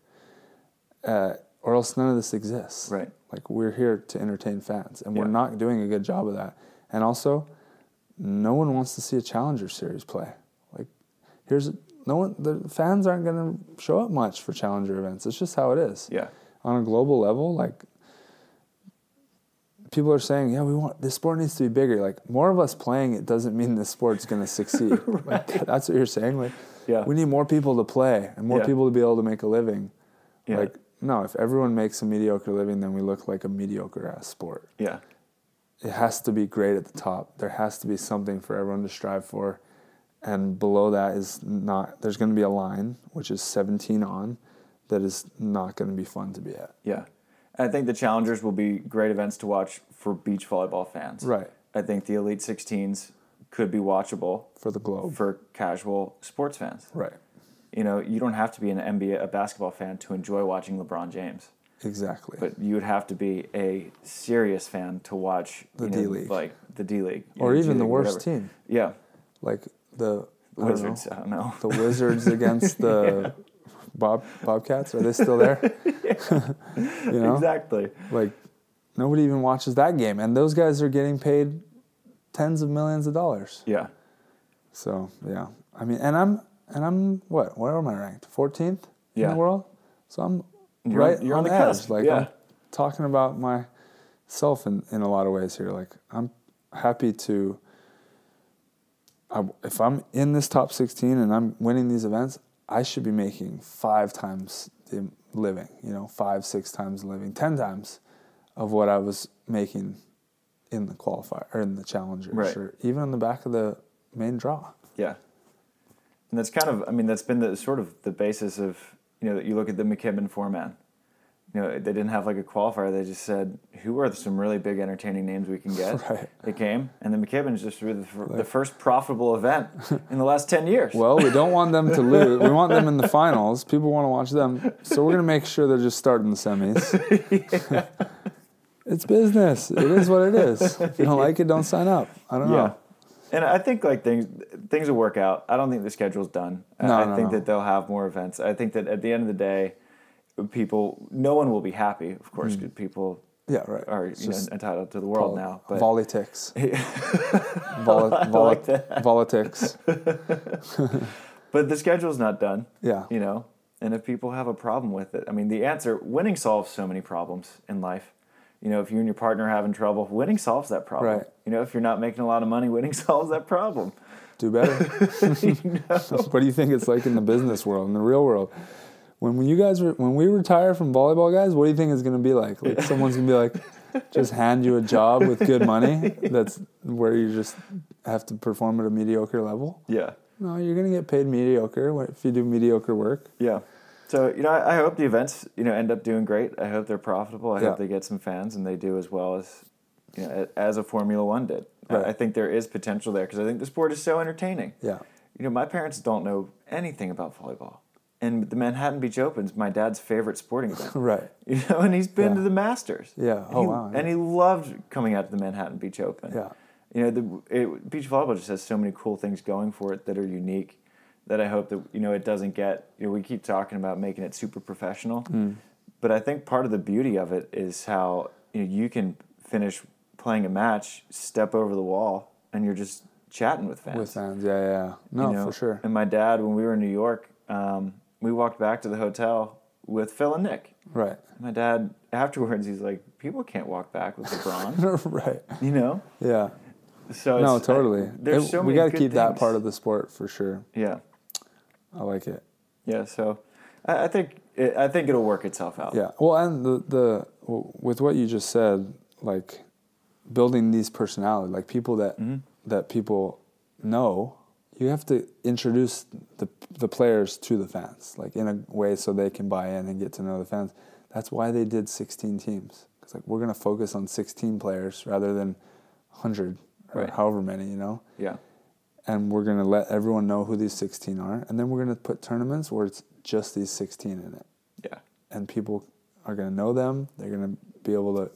[SPEAKER 2] Uh, or else none of this exists.
[SPEAKER 3] Right.
[SPEAKER 2] Like we're here to entertain fans, and we're
[SPEAKER 3] Yeah.
[SPEAKER 2] not doing a good job of that. And also, no one wants to see a challenger series play. Like, here's no one. The fans aren't going to show up much for challenger events. It's just how it is.
[SPEAKER 3] Yeah.
[SPEAKER 2] On a global level, like people are saying, yeah, we want this sport needs to be bigger. Like more of us playing it doesn't mean this sport's going to succeed. Like that's what you're saying. Like,
[SPEAKER 3] Yeah.
[SPEAKER 2] we need more people to play and more
[SPEAKER 3] Yeah.
[SPEAKER 2] people to be able to make a living.
[SPEAKER 3] Yeah.
[SPEAKER 2] Like, no, if everyone makes a mediocre living, then we look like a mediocre ass sport
[SPEAKER 3] Yeah.
[SPEAKER 2] it has to be great at the top. There has to be something for everyone to strive for. And below that is not, there's going to be a line, which is 17 on, that is not going to be fun to be at.
[SPEAKER 3] Yeah. And I think the challengers will be great events to watch for beach volleyball fans.
[SPEAKER 2] Right.
[SPEAKER 3] I think the Elite 16s could be watchable
[SPEAKER 2] For the globe.
[SPEAKER 3] for casual sports fans.
[SPEAKER 2] Right.
[SPEAKER 3] You know, you don't have to be an NBA a basketball fan to enjoy watching LeBron James,
[SPEAKER 2] Exactly.
[SPEAKER 3] but you would have to be a serious fan to watch
[SPEAKER 2] The
[SPEAKER 3] you know,
[SPEAKER 2] D-League.
[SPEAKER 3] like the D League,
[SPEAKER 2] or even the worst team,
[SPEAKER 3] Yeah,
[SPEAKER 2] like the I don't know,
[SPEAKER 3] Wizards. I don't know.
[SPEAKER 2] the Wizards against the Bob, Bobcats. Are they still there? you know?
[SPEAKER 3] Exactly.
[SPEAKER 2] Like nobody even watches that game. And those guys are getting paid tens of millions of dollars.
[SPEAKER 3] Yeah,
[SPEAKER 2] So yeah, I mean, and I'm and I'm what? Where am I ranked? Fourteenth in
[SPEAKER 3] Yeah.
[SPEAKER 2] the world. So I'm
[SPEAKER 3] You're on-
[SPEAKER 2] right
[SPEAKER 3] you're
[SPEAKER 2] on,
[SPEAKER 3] on
[SPEAKER 2] the
[SPEAKER 3] the
[SPEAKER 2] edge.
[SPEAKER 3] cusp,
[SPEAKER 2] Like I'm
[SPEAKER 3] yeah.
[SPEAKER 2] talking about myself in in a lot of ways here. Like I'm happy to. I, if I'm in this top sixteen and I'm winning these events, I should be making five times the living. You know, five, six times the living, ten times of what I was making in the qualifier or in the challengers
[SPEAKER 3] Right.
[SPEAKER 2] or even in the back of the main draw.
[SPEAKER 3] yeah. And that's kind of, I mean, that's been the sort of the basis of, you know, that you look at the McKibben Foreman, you know, they didn't have like a qualifier. They just said, "Who are some really big entertaining names we can get?"
[SPEAKER 2] Right.
[SPEAKER 3] They came, and then McKibben's just threw the, fir- the first profitable event in the last ten years.
[SPEAKER 2] Well, we don't want them to lose. We want them in the finals. People want to watch them. So we're going to make sure they're just starting the semis. it's business. It is what it is. If you don't like it, don't sign up. I don't
[SPEAKER 3] yeah,
[SPEAKER 2] know.
[SPEAKER 3] and I think like things things will work out. I don't think the schedule's done. I-
[SPEAKER 2] No,
[SPEAKER 3] I
[SPEAKER 2] no,
[SPEAKER 3] think
[SPEAKER 2] no.
[SPEAKER 3] that they'll have more events. I think that at the end of the day, people, no one will be happy, of course, 'cause people
[SPEAKER 2] Yeah, right.
[SPEAKER 3] are
[SPEAKER 2] Mm-hmm. It's
[SPEAKER 3] you know,
[SPEAKER 2] just
[SPEAKER 3] entitled to the world now. But
[SPEAKER 2] Politics. Vol- vol-
[SPEAKER 3] like that.
[SPEAKER 2] Politics.
[SPEAKER 3] but the schedule's not done.
[SPEAKER 2] Yeah.
[SPEAKER 3] you know and if people have a problem with it i mean the answer winning solves so many problems in life you know if you and your partner are having trouble winning solves that problem
[SPEAKER 2] Right.
[SPEAKER 3] you know if you're not making a lot of money winning solves that problem
[SPEAKER 2] Do better. what do you think it's like in the business world, in the real world? When you guys re- when we retire from volleyball, guys, what do you think it's gonna be like? Like someone's gonna be like, just hand you a job with good money. That's where you just have to perform at a mediocre level.
[SPEAKER 3] yeah
[SPEAKER 2] No, you're gonna get paid mediocre wh- if you do mediocre work.
[SPEAKER 3] yeah so you know i, I hope the events you know end up doing great i hope they're profitable i hope
[SPEAKER 2] Yeah.
[SPEAKER 3] they get some fans and they do as well as you know a- as a formula one did I-
[SPEAKER 2] Right.
[SPEAKER 3] i think there is potential there because i think the sport is so entertaining
[SPEAKER 2] Yeah,
[SPEAKER 3] you know, my parents don't know anything about volleyball. And the Manhattan Beach Open's my dad's favorite sporting event.
[SPEAKER 2] right.
[SPEAKER 3] You know, and he's been
[SPEAKER 2] Yeah.
[SPEAKER 3] to the Masters.
[SPEAKER 2] Yeah.
[SPEAKER 3] And
[SPEAKER 2] Oh,
[SPEAKER 3] he,
[SPEAKER 2] wow, yeah.
[SPEAKER 3] And he loved coming out to the Manhattan Beach Open.
[SPEAKER 2] Yeah.
[SPEAKER 3] You know, the it, beach volleyball just has so many cool things going for it that are unique. That I hope that you know it doesn't get. You know, we keep talking about making it super professional,
[SPEAKER 2] Hmm.
[SPEAKER 3] but I think part of the beauty of it is how you know you can finish playing a match, step over the wall, and you're just chatting with fans
[SPEAKER 2] With fans, yeah, yeah, yeah. No,
[SPEAKER 3] you know?
[SPEAKER 2] Oh, for sure.
[SPEAKER 3] And my dad, when we were in New York, um, we walked back to the hotel with Phil and Nick.
[SPEAKER 2] Right,
[SPEAKER 3] My dad, afterwards, he's like, "People can't walk back with LeBron,"
[SPEAKER 2] right.
[SPEAKER 3] you know.
[SPEAKER 2] Yeah.
[SPEAKER 3] So
[SPEAKER 2] No,
[SPEAKER 3] it's-
[SPEAKER 2] totally.
[SPEAKER 3] there's
[SPEAKER 2] It-
[SPEAKER 3] so
[SPEAKER 2] we
[SPEAKER 3] many
[SPEAKER 2] gotta
[SPEAKER 3] good
[SPEAKER 2] keep that
[SPEAKER 3] things.
[SPEAKER 2] part of the sport for sure.
[SPEAKER 3] yeah,
[SPEAKER 2] I like it.
[SPEAKER 3] yeah. So I, I think it, I think it'll work itself out.
[SPEAKER 2] Yeah. Well, and the the w- with what you just said, like building these personality, like people that that people know, you have to introduce the the players to the fans, like in a way so they can buy in and get to know the fans. That's why they did 16 teams. Cuz like we're going to focus on 16 players rather than 100 or
[SPEAKER 3] Right.
[SPEAKER 2] however many, you know
[SPEAKER 3] yeah,
[SPEAKER 2] and we're going to let everyone know who these 16 are and then we're going to put tournaments where it's just these 16 in it
[SPEAKER 3] yeah,
[SPEAKER 2] and people are going to know them they're going to be able to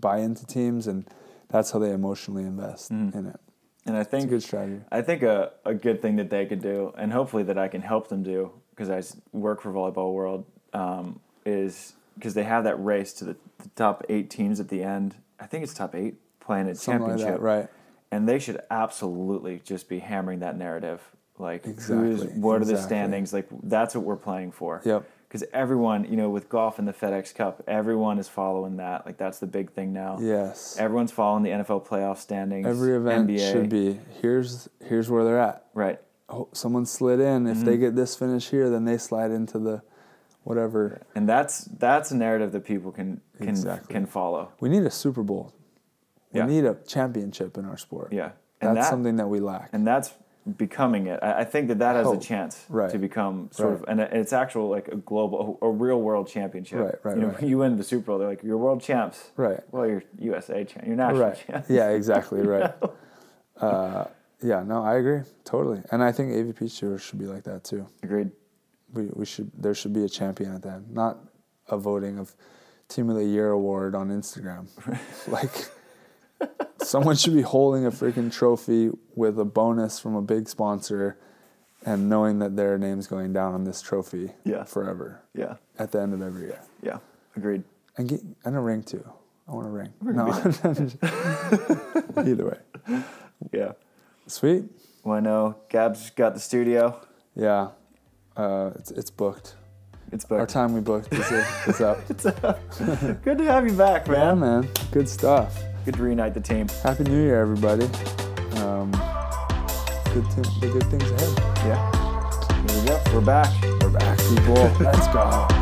[SPEAKER 2] buy into teams and that's how they emotionally invest
[SPEAKER 3] Mm-hmm.
[SPEAKER 2] in it
[SPEAKER 3] And I
[SPEAKER 2] it's a
[SPEAKER 3] think
[SPEAKER 2] good strategy
[SPEAKER 3] I think a, a good thing that they could do, and hopefully that I can help them do, because I s- work for Volleyball World, um, is because they have that race to the, the top eight teams at the end. I think it's top eight playing a
[SPEAKER 2] something like
[SPEAKER 3] championship,
[SPEAKER 2] that right
[SPEAKER 3] And they should absolutely just be hammering that narrative, like who's,
[SPEAKER 2] Exactly,
[SPEAKER 3] what are the
[SPEAKER 2] exactly.
[SPEAKER 3] standings? Like that's what we're playing for.
[SPEAKER 2] Yep.
[SPEAKER 3] Because everyone, you know, with golf and the FedEx Cup, everyone is following that. Like that's the big thing now.
[SPEAKER 2] yes
[SPEAKER 3] Everyone's following the NFL playoff standings.
[SPEAKER 2] every event
[SPEAKER 3] NBA.
[SPEAKER 2] should be here's here's where they're at
[SPEAKER 3] right.
[SPEAKER 2] oh someone slid in if
[SPEAKER 3] Mm-hmm.
[SPEAKER 2] they get this finish here then they slide into the whatever
[SPEAKER 3] and that's that's a narrative that people can can
[SPEAKER 2] Exactly.
[SPEAKER 3] can follow.
[SPEAKER 2] we need a super bowl we
[SPEAKER 3] Yeah.
[SPEAKER 2] need a championship in our sport
[SPEAKER 3] Yeah, and
[SPEAKER 2] that's
[SPEAKER 3] that-
[SPEAKER 2] something that we lack
[SPEAKER 3] and that's becoming it. I, I think that that has a
[SPEAKER 2] hope.
[SPEAKER 3] chance
[SPEAKER 2] Right.
[SPEAKER 3] to become sort of,
[SPEAKER 2] Right.
[SPEAKER 3] and it's actual like a global, a real world championship.
[SPEAKER 2] Right, right,
[SPEAKER 3] You, know,
[SPEAKER 2] right.
[SPEAKER 3] you win the Super Bowl, they're like you're world champs.
[SPEAKER 2] Right.
[SPEAKER 3] Well, you're USA champ, you're national
[SPEAKER 2] right.
[SPEAKER 3] champ.
[SPEAKER 2] Yeah, exactly. Right. uh, yeah, no, I agree totally, and I think AVP tours should be like that too.
[SPEAKER 3] Agreed.
[SPEAKER 2] We we should there should be a champion at that, not a voting of team of the year award on Instagram. like someone should be holding a freaking trophy with a bonus from a big sponsor, and knowing that their name's going down on this trophy
[SPEAKER 3] Yeah.
[SPEAKER 2] forever
[SPEAKER 3] Yeah,
[SPEAKER 2] at the end of every year,
[SPEAKER 3] yeah, agreed.
[SPEAKER 2] and get and a ring too. I want a ring. No, either way.
[SPEAKER 3] Yeah.
[SPEAKER 2] Sweet.
[SPEAKER 3] Well, I know Gab's got the studio.
[SPEAKER 2] Yeah. Uh, it's, it's booked.
[SPEAKER 3] It's
[SPEAKER 2] Our
[SPEAKER 3] booked.
[SPEAKER 2] time we booked is, uh, is up.
[SPEAKER 3] Good to have you back,
[SPEAKER 2] yeah,
[SPEAKER 3] man.
[SPEAKER 2] man. Good stuff.
[SPEAKER 3] Good to reunite the team.
[SPEAKER 2] Happy New Year, everybody. Um, good, th- the good things ahead.
[SPEAKER 3] Yeah. Here we go. We're back.
[SPEAKER 2] We're back, people. Let's go.